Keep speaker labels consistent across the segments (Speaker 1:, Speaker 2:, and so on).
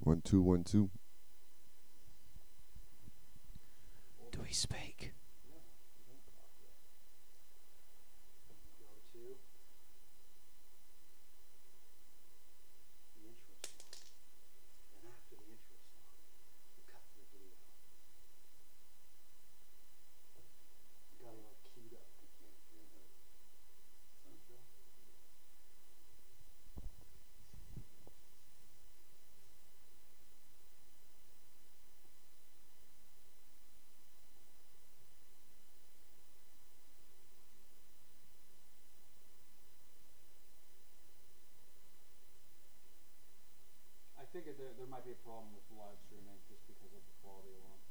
Speaker 1: One two one two.
Speaker 2: Do we speak?
Speaker 3: I think that there, there might be a problem with live streaming just because of the quality alone.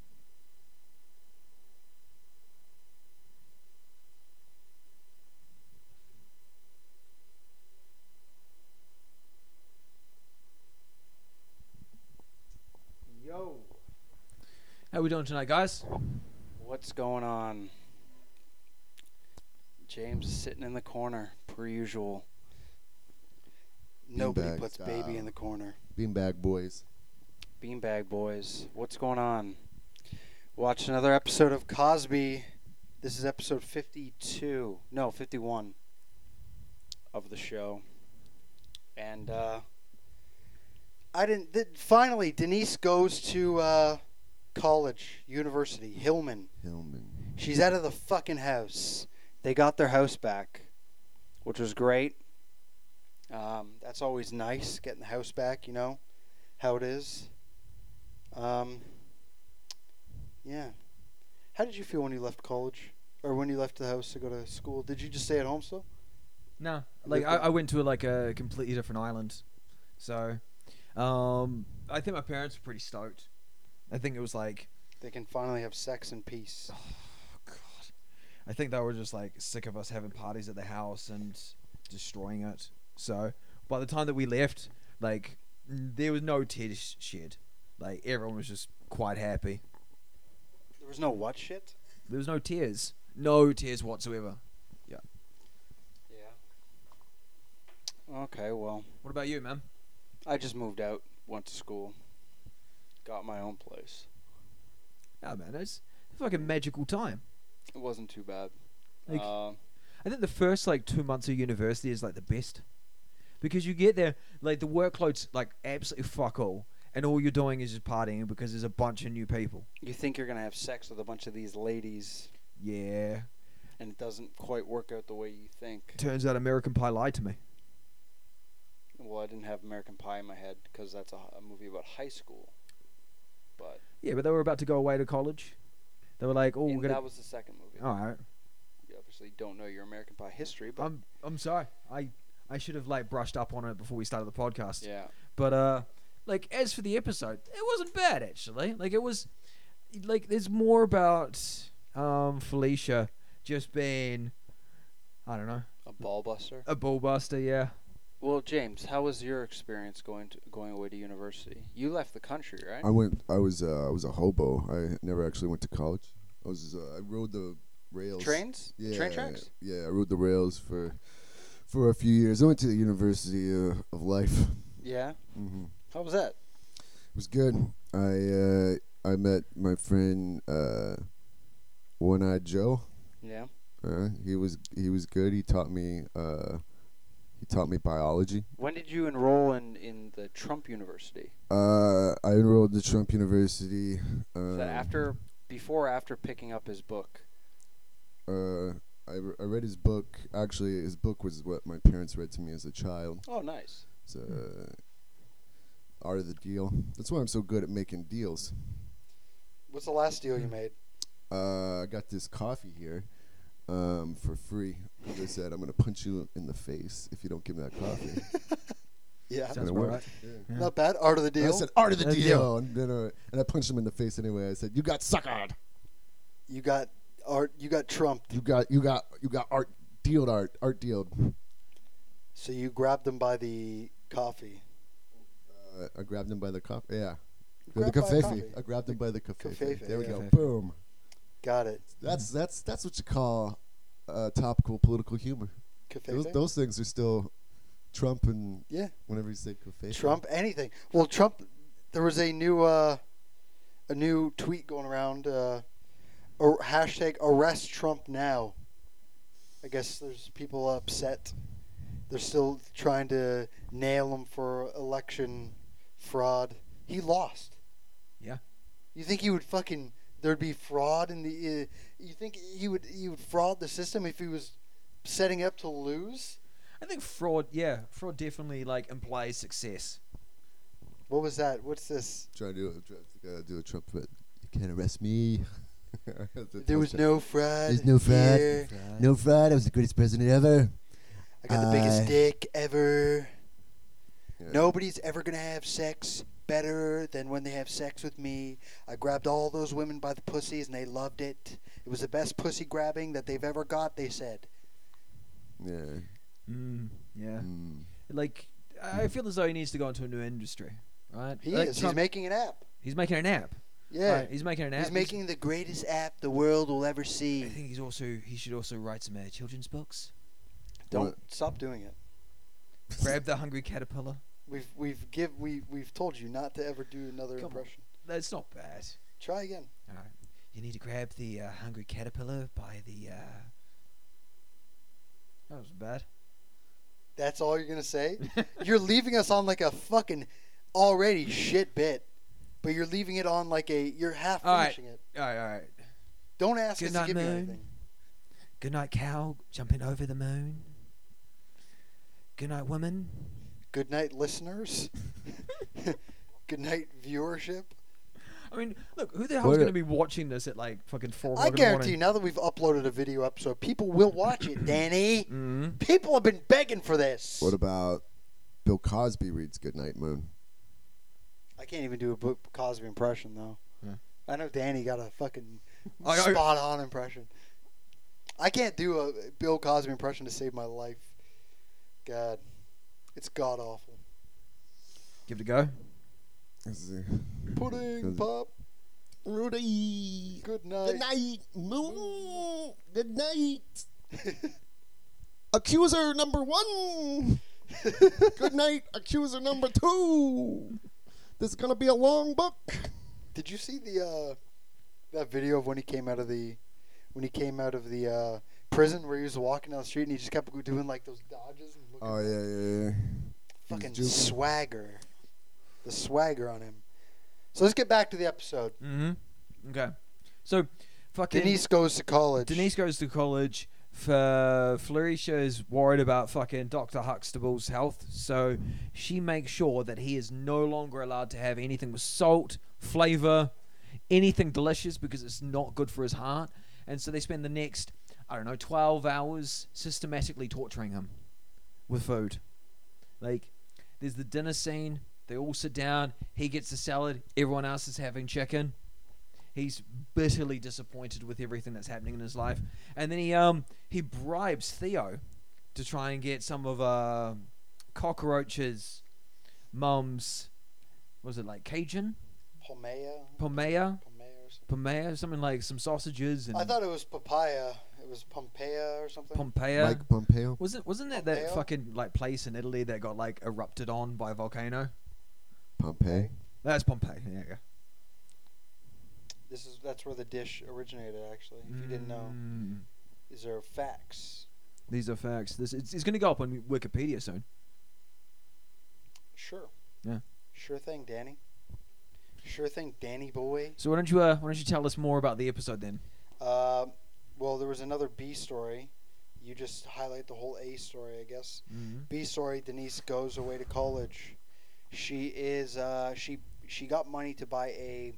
Speaker 3: Yo,
Speaker 2: How we doing tonight, guys?
Speaker 4: What's going on? James is sitting in the corner, per usual. Nobody
Speaker 1: Beanbag
Speaker 4: puts
Speaker 1: style.
Speaker 4: baby in the corner.
Speaker 1: Beanbag boys.
Speaker 4: Beanbag boys, what's going on? Watch another episode of Cosby. This is episode 52. No, 51 of the show. And uh I didn't th- finally Denise goes to uh college, university, Hillman.
Speaker 1: Hillman.
Speaker 4: She's out of the fucking house. They got their house back, which was great. Um, that's always nice, getting the house back, you know, how it is. Um, yeah. How did you feel when you left college? Or when you left the house to go to school? Did you just stay at home still?
Speaker 2: No, like I, I went to like a completely different island, so um, I think my parents were pretty stoked. I think it was like,
Speaker 4: They can finally have sex in peace.
Speaker 2: oh god, I think they were just like sick of us having parties at the house and destroying it. So by the time that we left, like n- there was no tears shed. Like everyone was just quite happy.
Speaker 4: There was no what shit?
Speaker 2: There was no tears, no tears whatsoever.
Speaker 4: Yeah. Okay, well,
Speaker 2: What about you, man?
Speaker 4: I just moved out, went to school, got my own place.
Speaker 2: Yeah, man, it's like a magical time.
Speaker 4: It wasn't too bad.
Speaker 2: Like-
Speaker 4: Uh,
Speaker 2: I think the first like two months of university is like the best because you get there like the workload's like absolutely fuck all, and all you're doing is just partying because there's a bunch of new people.
Speaker 4: you think you're gonna have sex with a bunch of these ladies,
Speaker 2: Yeah,
Speaker 4: and it doesn't quite work out the way you think.
Speaker 2: turns out American Pie lied to me.
Speaker 4: Well, I didn't have American Pie in my head because that's a, a movie about high school. But
Speaker 2: Yeah, but they were about to go away to college. They were like, "Oh, we're
Speaker 4: and
Speaker 2: gonna." Oh.
Speaker 4: that was the second movie.
Speaker 2: all right,
Speaker 4: You obviously don't know your American Pie history, but
Speaker 2: I'm I'm sorry. I I should have like brushed up on it before we started the podcast.
Speaker 4: yeah,
Speaker 2: But uh, like as for the episode, it wasn't bad actually. Like it was, like there's more about um Felicia just being, I don't know,
Speaker 4: a ball buster.
Speaker 2: a ball buster. Yeah.
Speaker 4: Well, James, how was your experience going to going away to university? You left the country, right?
Speaker 1: I went. I was. Uh, I was a hobo. I never actually went to college. I was. Uh, I rode the rails.
Speaker 4: Trains?
Speaker 1: Yeah,
Speaker 4: Train tracks?
Speaker 1: Yeah, I rode the rails for for a few years. I went to the University uh, of Life.
Speaker 4: Yeah.
Speaker 1: hmm
Speaker 4: How was that?
Speaker 1: It was good. I uh, I met my friend uh, One Eyed Joe.
Speaker 4: Yeah.
Speaker 1: Uh, he was he was good. He taught me uh, he taught me biology.
Speaker 4: When did you enroll in in the Trump University?
Speaker 1: Uh, I enrolled at Trump University.
Speaker 4: Was
Speaker 1: Um,
Speaker 4: that after, before, or after picking up his book?
Speaker 1: Uh, I, re- I read his book. Actually, his book was what my parents read to me as a child.
Speaker 4: Oh, nice.
Speaker 1: It's uh, Art of the Deal. That's why I'm so good at making deals.
Speaker 4: What's the last deal you made?
Speaker 1: Uh, I got this coffee here um, for free. They said, I'm going to punch you in the face if you don't give me that coffee.
Speaker 4: Yeah,
Speaker 1: And
Speaker 2: Sounds
Speaker 1: it
Speaker 2: about
Speaker 1: worked.
Speaker 2: right.
Speaker 1: Yeah.
Speaker 4: not bad. Art of the
Speaker 1: And I
Speaker 4: deal.
Speaker 1: said, Art of the
Speaker 2: Art of the
Speaker 1: Deal.
Speaker 2: Deal.
Speaker 1: And, then, uh, and I punched him in the face anyway. I said, You got suckered.
Speaker 4: you got art. You got trumped.
Speaker 1: You got, you got, you got art dealed art. Art dealed.
Speaker 4: So you grabbed them by the coffee.
Speaker 1: Uh, I grabbed him by the cuff. Yeah.
Speaker 4: You
Speaker 1: the
Speaker 4: grabbed by a coffee.
Speaker 1: kafefe. I grabbed him by the kafefe.
Speaker 4: Kafefe, Mm-hmm.
Speaker 1: There we
Speaker 4: yeah.
Speaker 1: go.
Speaker 2: Kafefe.
Speaker 1: Boom.
Speaker 4: Got it.
Speaker 1: That's that's that's what you call uh, topical political humor. Those,
Speaker 4: Kafefe?
Speaker 1: those things are still Trump and
Speaker 4: Yeah.
Speaker 1: whenever you say kafefe.
Speaker 4: Trump. Anything. Well, Trump. there was a new uh, a new tweet going around. Uh, or hashtag arrest Trump now. I guess there's people upset. They're still trying to nail him for election fraud. He lost.
Speaker 2: Yeah.
Speaker 4: You think he would fucking there'd be fraud in the? Uh, you think he would he would fraud the system if he was setting up to lose?
Speaker 2: I think fraud, yeah, fraud definitely like implies success.
Speaker 4: What was that? What's this?
Speaker 1: Trying to do a, try to uh, do a Trump, but you can't arrest me. That's a
Speaker 4: There was
Speaker 1: touchdown.
Speaker 4: no fraud.
Speaker 1: There's no fraud.
Speaker 4: here.
Speaker 1: No fraud. I was the greatest president ever.
Speaker 4: I got the biggest
Speaker 1: I-
Speaker 4: dick ever.
Speaker 1: Yeah.
Speaker 4: Nobody's ever gonna have sex better than when they have sex with me. I grabbed all those women by the pussies and they loved it. It was the best pussy grabbing that they've ever got, they said.
Speaker 1: Yeah.
Speaker 2: Mm, yeah.
Speaker 1: Mm.
Speaker 2: Like, I feel as though he needs to go into a new industry, right?
Speaker 4: Mm. He
Speaker 2: Like
Speaker 4: is.
Speaker 2: Trump-
Speaker 4: He's making an app.
Speaker 2: he's making an app.
Speaker 4: Yeah.
Speaker 2: Right, he's making an app.
Speaker 4: He's making the greatest app the world will ever
Speaker 2: I
Speaker 4: see.
Speaker 2: think he's also. He should also write some uh, children's books.
Speaker 4: Don't
Speaker 1: What?
Speaker 4: stop doing it.
Speaker 2: Grab the hungry caterpillar.
Speaker 4: We've we've give we we've told you not to ever do another
Speaker 2: Come on.
Speaker 4: impression.
Speaker 2: That's not bad.
Speaker 4: Try again.
Speaker 2: All right. You need to grab the uh, hungry caterpillar by the. Uh... That was bad.
Speaker 4: That's all you're gonna say? you're leaving us on like a fucking already shit bit, but you're leaving it on like a you're half
Speaker 2: All right.
Speaker 4: finishing it.
Speaker 2: all right, all right.
Speaker 4: Don't ask
Speaker 2: Good
Speaker 4: us
Speaker 2: night,
Speaker 4: to give you
Speaker 2: moon.
Speaker 4: anything.
Speaker 2: Good night, cow. Jumping over the moon. Good night, woman.
Speaker 4: Good night, listeners. Good night, viewership.
Speaker 2: I mean, look, who the hell's
Speaker 1: What-
Speaker 2: going to be watching this at like fucking four?
Speaker 4: I guarantee now that we've uploaded a video episode, people will watch it, Danny.
Speaker 2: Mm-hmm.
Speaker 4: People have been begging for this.
Speaker 1: What about Bill Cosby reads Goodnight Moon?
Speaker 4: I can't even do a Bill Cosby impression though.
Speaker 2: Yeah.
Speaker 4: I know Danny got a fucking
Speaker 2: I- I-
Speaker 4: spot on impression. I can't do a Bill Cosby impression to save my life. God, it's god awful.
Speaker 2: Give it a go.
Speaker 1: Is there-
Speaker 4: Pudding pop.
Speaker 1: Rudy.
Speaker 4: Good
Speaker 1: Good
Speaker 4: night.
Speaker 1: night, moon. Good night, accuser number one. Good night, accuser number two. This is gonna be a long book.
Speaker 4: Did you see the uh, that video of when he came out of the when he came out of the uh, prison where he was walking down the street and he just kept doing like those dodges and looking
Speaker 1: Oh yeah, yeah, yeah.
Speaker 4: fucking
Speaker 1: juking.
Speaker 4: swagger, the swagger on him. So let's get back to the episode.
Speaker 2: Mm-hmm. Okay. So, fucking
Speaker 4: Denise goes to college.
Speaker 2: Denise goes to college. For Flouricia is worried about fucking Doctor Huxtable's health, so she makes sure that he is no longer allowed to have anything with salt, flavor, anything delicious because it's not good for his heart. And so they spend the next, I don't know, twelve hours systematically torturing him with food. Like, there's the dinner scene. They all sit down. He gets the salad. Everyone else is having chicken he's bitterly disappointed with everything that's happening in his life and then he um he bribes theo to try and get some of uh cockroaches mum's what was it like cajun
Speaker 4: Pomea.
Speaker 2: pomea
Speaker 4: Pomea or something.
Speaker 2: pomea something like some sausages and
Speaker 4: I thought it was papaya. It was Pompeia or something.
Speaker 2: pompeia
Speaker 1: Mike Pompeo.
Speaker 2: wasn't wasn't that that
Speaker 4: Pompeo?
Speaker 2: fucking like place in italy that got like erupted on by a volcano
Speaker 1: Pompeii.
Speaker 2: that's pompeii there you go
Speaker 4: this is that's where the dish originated. Actually, if you didn't know,
Speaker 2: Mm.
Speaker 4: these are facts.
Speaker 2: these are facts this it's, it's going to go up on wikipedia soon
Speaker 4: Sure.
Speaker 2: Yeah.
Speaker 4: Sure thing, Danny. Sure thing, Danny boy.
Speaker 2: so why don't you uh, why don't you tell us more about the episode then
Speaker 4: Um, well, there was another B story. You just highlight the whole A story, I guess.
Speaker 2: mm-hmm.
Speaker 4: B story: Denise goes away to college. She is uh, she she got money to buy a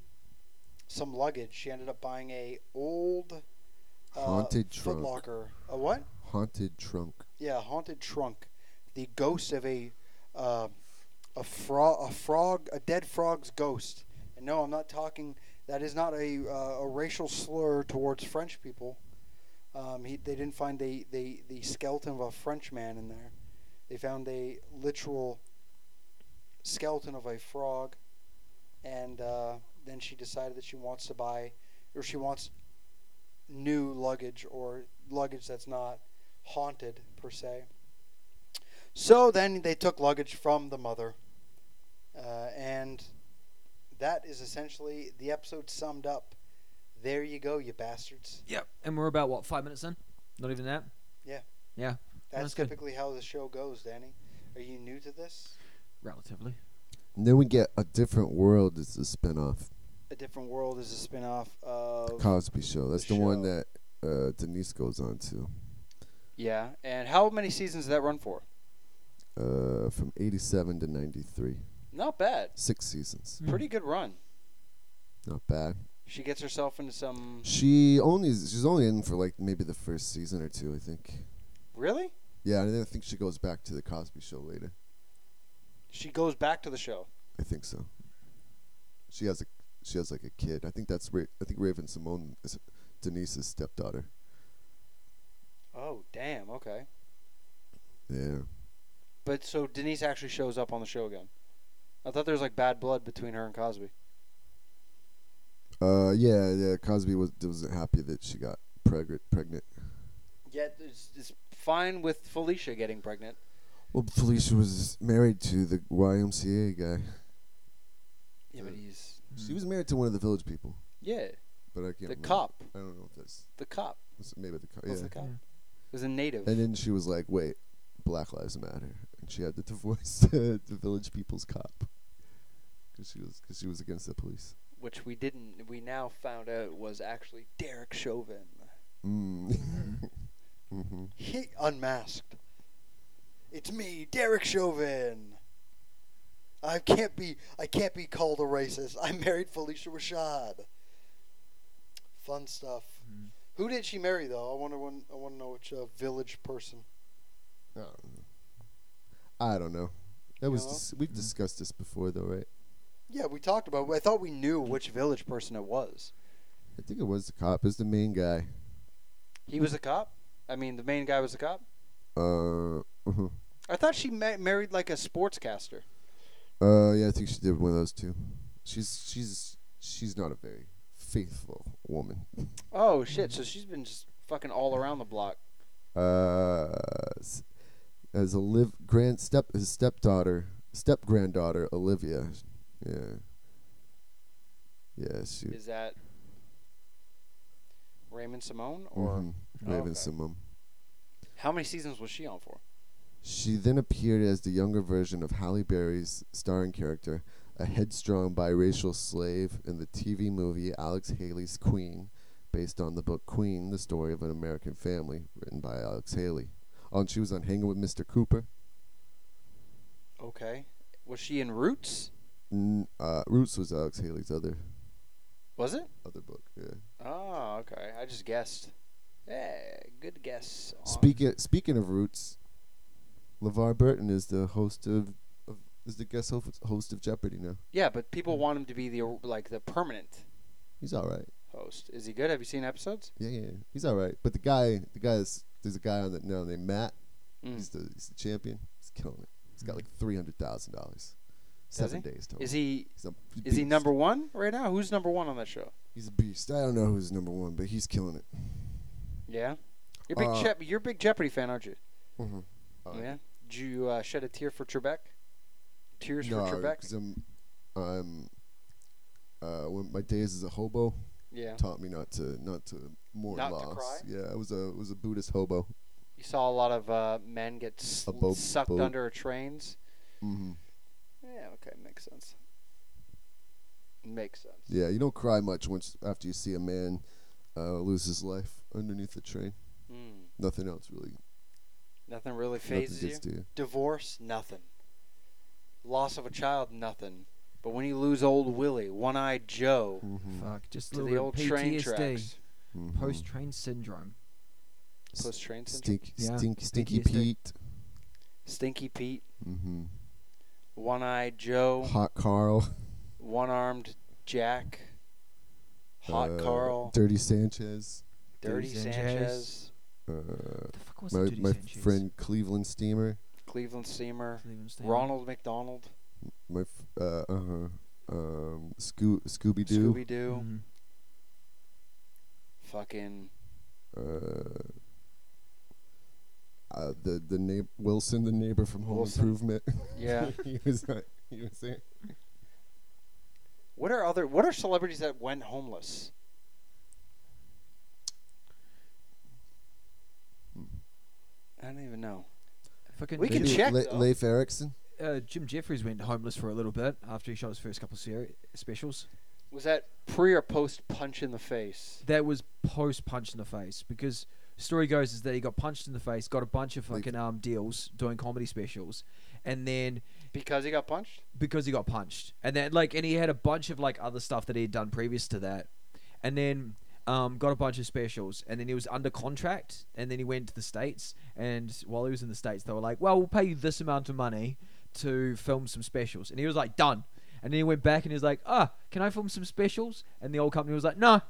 Speaker 4: some luggage. She ended up buying a old uh,
Speaker 1: Haunted trunk.
Speaker 4: Footlocker. A what?
Speaker 1: Haunted trunk.
Speaker 4: Yeah, haunted trunk. The ghost of a uh, a frog, a frog, a dead frog's ghost. And no, I'm not talking. That is not a uh, a racial slur towards French people. Um, he, they didn't find the, the, the skeleton of a French man in there. They found a literal skeleton of a frog, and uh, then she decided that she wants to buy, or she wants new luggage or luggage that's not haunted per se. So then they took luggage from the mother, uh, and that is essentially the episode summed up. There you go, you bastards.
Speaker 2: Yep. And we're about what five minutes in? Not even that.
Speaker 4: That's,
Speaker 2: That's good.
Speaker 4: typically how the show goes, Danny. Are you new to this?
Speaker 2: Relatively.
Speaker 1: And then we get a different world. It's a spinoff
Speaker 4: A Different World is a spin-off of
Speaker 1: Cosby Show. That's the, one
Speaker 4: show.
Speaker 1: that uh, Denise goes on to
Speaker 4: Yeah, and how many seasons did that run for?
Speaker 1: uh, from '87 to '93.
Speaker 4: Not bad.
Speaker 1: Six seasons.
Speaker 2: Mm.
Speaker 4: Pretty good run.
Speaker 1: Not bad.
Speaker 4: She gets herself into some
Speaker 1: She only she's only in for like maybe the first season or two, I think.
Speaker 4: Really?
Speaker 1: Yeah, and then I think she goes back to the Cosby Show later.
Speaker 4: She goes back to the show.
Speaker 1: I think so. She has a she has like a kid. I think that's Ra- I think Raven Simone is Denise's stepdaughter.
Speaker 4: Oh, damn. Okay.
Speaker 1: Yeah.
Speaker 4: But so Denise actually shows up on the show again. I thought there was like bad blood between her and Cosby.
Speaker 1: Uh yeah, yeah, Cosby was wasn't happy that she got pregnant pregnant.
Speaker 4: Yeah, it's, it's fine with Felicia getting pregnant.
Speaker 1: Well, Felicia was married to the YMCA guy.
Speaker 4: Yeah, but he's
Speaker 1: She was married to one of the village people,
Speaker 4: yeah
Speaker 1: but I can't
Speaker 4: the
Speaker 1: remember.
Speaker 4: cop.
Speaker 1: I don't know if that's
Speaker 4: The cop.
Speaker 1: was it maybe the cop.
Speaker 4: What's
Speaker 1: yeah.
Speaker 4: the cop?
Speaker 2: Yeah.
Speaker 4: It was a native.
Speaker 1: And then she was like, "Wait, Black Lives Matter," and she had to divorce the, the Village People's cop because she was cause she was against the police.
Speaker 4: which we didn't. We now found out was actually Derek Chauvin.
Speaker 1: Mm. hmm
Speaker 4: He unmasked. It's me, Derek Chauvin. I can't be. I can't be called a racist. I married Felicia Rashad. Fun stuff.
Speaker 2: Mm.
Speaker 4: Who did she marry though? I wonder. When, I want to know which uh, village person.
Speaker 1: I don't know. That was
Speaker 4: Hello?
Speaker 1: dis- we've
Speaker 2: Mhm.
Speaker 1: discussed this before, though, right?
Speaker 4: Yeah, we talked about. I thought we knew which village person it was.
Speaker 1: I think it was the cop. It was the main guy.
Speaker 4: He was a cop. I mean, the main guy was a cop.
Speaker 1: Uh, mhm.
Speaker 4: I thought she ma- married like a sportscaster.
Speaker 1: uh, yeah, I think she did one of those too. She's she's she's not a very faithful woman.
Speaker 4: Oh shit! So she's been just fucking all around the block.
Speaker 1: uh, s- as a live grand step his stepdaughter step granddaughter Olivia, yeah, yeah, she
Speaker 4: Is that Raymond Simone or
Speaker 1: mhm,
Speaker 4: Oh,
Speaker 1: Raven
Speaker 4: okay.
Speaker 1: Simone.
Speaker 4: how many seasons was she on for?
Speaker 1: She then appeared as the younger version of Halle Berry's starring character, a headstrong biracial slave in the TV movie Alex Haley's Queen, based on the book Queen: The Story of an American Family, written by Alex Haley. Oh, and she was on Hanging with Mr. Cooper.
Speaker 4: Okay. Was she in Roots?
Speaker 1: N- uh, Roots was Alex Haley's other
Speaker 4: Was it?
Speaker 1: other book. Yeah.
Speaker 4: Oh, okay. I just guessed. Yeah, good guess. on-
Speaker 1: Speaking speaking of roots, LeVar Burton is the host of, of is the guest ho- host of Jeopardy now.
Speaker 4: Yeah, but people want him to be the like the permanent
Speaker 1: He's all right.
Speaker 4: host. Is he good? Have you seen episodes?
Speaker 1: Yeah, yeah, he's all right. But the guy, the guy is there's a guy on that now named Matt.
Speaker 4: Mm.
Speaker 1: He's the he's the champion. He's killing it. He's got like three hundred thousand dollars.
Speaker 4: Does
Speaker 1: Seven days total.
Speaker 4: Is he
Speaker 1: He's a
Speaker 4: is he
Speaker 1: beast.
Speaker 4: number one right now? Who's number one on that show?
Speaker 1: He's a beast. I don't know who's number one, but he's killing it.
Speaker 4: Yeah. You're a big
Speaker 1: Uh,
Speaker 4: Jep- you're a big Jeopardy fan, aren't you?
Speaker 1: Mm-hmm. Uh,
Speaker 4: yeah. Did you uh, shed a tear for Trebek? Tears
Speaker 1: no,
Speaker 4: for Trebek.
Speaker 1: because I'm, I'm, uh, when my days as a hobo,
Speaker 4: Yeah.
Speaker 1: taught me not to not to mourn
Speaker 4: Not to
Speaker 1: loss.
Speaker 4: cry?
Speaker 1: Yeah, I was a was a Buddhist hobo.
Speaker 4: You saw a lot of uh, men get s-
Speaker 1: A boat-
Speaker 4: sucked
Speaker 1: boat.
Speaker 4: under trains.
Speaker 1: hmm
Speaker 4: Yeah, okay, makes sense. Makes sense.
Speaker 1: Yeah, you don't cry much once after you see a man uh, lose his life underneath a train.
Speaker 4: Mm.
Speaker 1: Nothing else really
Speaker 4: Nothing really
Speaker 1: nothing
Speaker 4: phases you.
Speaker 1: gets to you.
Speaker 4: Divorce, nothing. Loss of a child, nothing. But when you lose old Willie, one-eyed Joe,
Speaker 1: Mhm,
Speaker 2: Fuck. Just a
Speaker 4: Hmm. to
Speaker 2: little
Speaker 4: the
Speaker 2: bit
Speaker 4: old
Speaker 2: PTSD.
Speaker 4: train tracks,
Speaker 1: mhm.
Speaker 2: Post train syndrome.
Speaker 1: S-
Speaker 4: post train syndrome,
Speaker 1: stink,
Speaker 2: Yeah,
Speaker 1: stink, stinky
Speaker 2: PTSD.
Speaker 1: Pete.
Speaker 4: Stinky Pete,
Speaker 1: hmm
Speaker 4: one-eyed Joe,
Speaker 1: Hot Carl.
Speaker 4: one-armed Jack, Hot
Speaker 1: uh,
Speaker 4: Carl,
Speaker 1: Dirty Sanchez.
Speaker 4: Dirty
Speaker 2: Dirty Sanchez.
Speaker 4: Sanchez,
Speaker 1: Uh,
Speaker 2: What the fuck was
Speaker 1: my
Speaker 2: it? Duty
Speaker 1: my
Speaker 2: Sanchez?
Speaker 1: friend Cleveland Steamer.
Speaker 4: Cleveland Seamer,
Speaker 2: Cleveland Stan.
Speaker 4: Ronald McDonald,
Speaker 1: My f- uh uh um Scoo- Scooby Doo.
Speaker 4: Scooby Doo.
Speaker 2: Mhm.
Speaker 4: fucking
Speaker 1: uh, uh, the the neighbor Wilson, the neighbor from Home
Speaker 4: Wilson.
Speaker 1: Improvement.
Speaker 4: yeah.
Speaker 1: he was uh, he was there.
Speaker 4: What are other? What are celebrities that went homeless? I don't even know.
Speaker 2: Fucking
Speaker 4: We
Speaker 2: Jim,
Speaker 4: can
Speaker 1: Maybe
Speaker 4: check,
Speaker 1: Le-
Speaker 4: though.
Speaker 1: Leif Erikson.
Speaker 2: uh, Jim Jeffries went homeless for a little bit after he shot his first couple seri- specials.
Speaker 4: Was that pre or post punch in the face?
Speaker 2: That was post punch in the face because story goes is that he got punched in the face, got a bunch of
Speaker 1: Like-
Speaker 2: fucking um deals doing comedy specials, and then
Speaker 4: Because he got punched?
Speaker 2: because he got punched, and then like, and he had a bunch of like other stuff that he had done previous to that, and then um, got a bunch of specials, and then he was under contract, and then he went to the states, and while he was in the states, they were like, well, we'll pay you this amount of money to film some specials, and he was like, done, and then he went back and he was like, ah, can I film some specials? And the old company was like, no,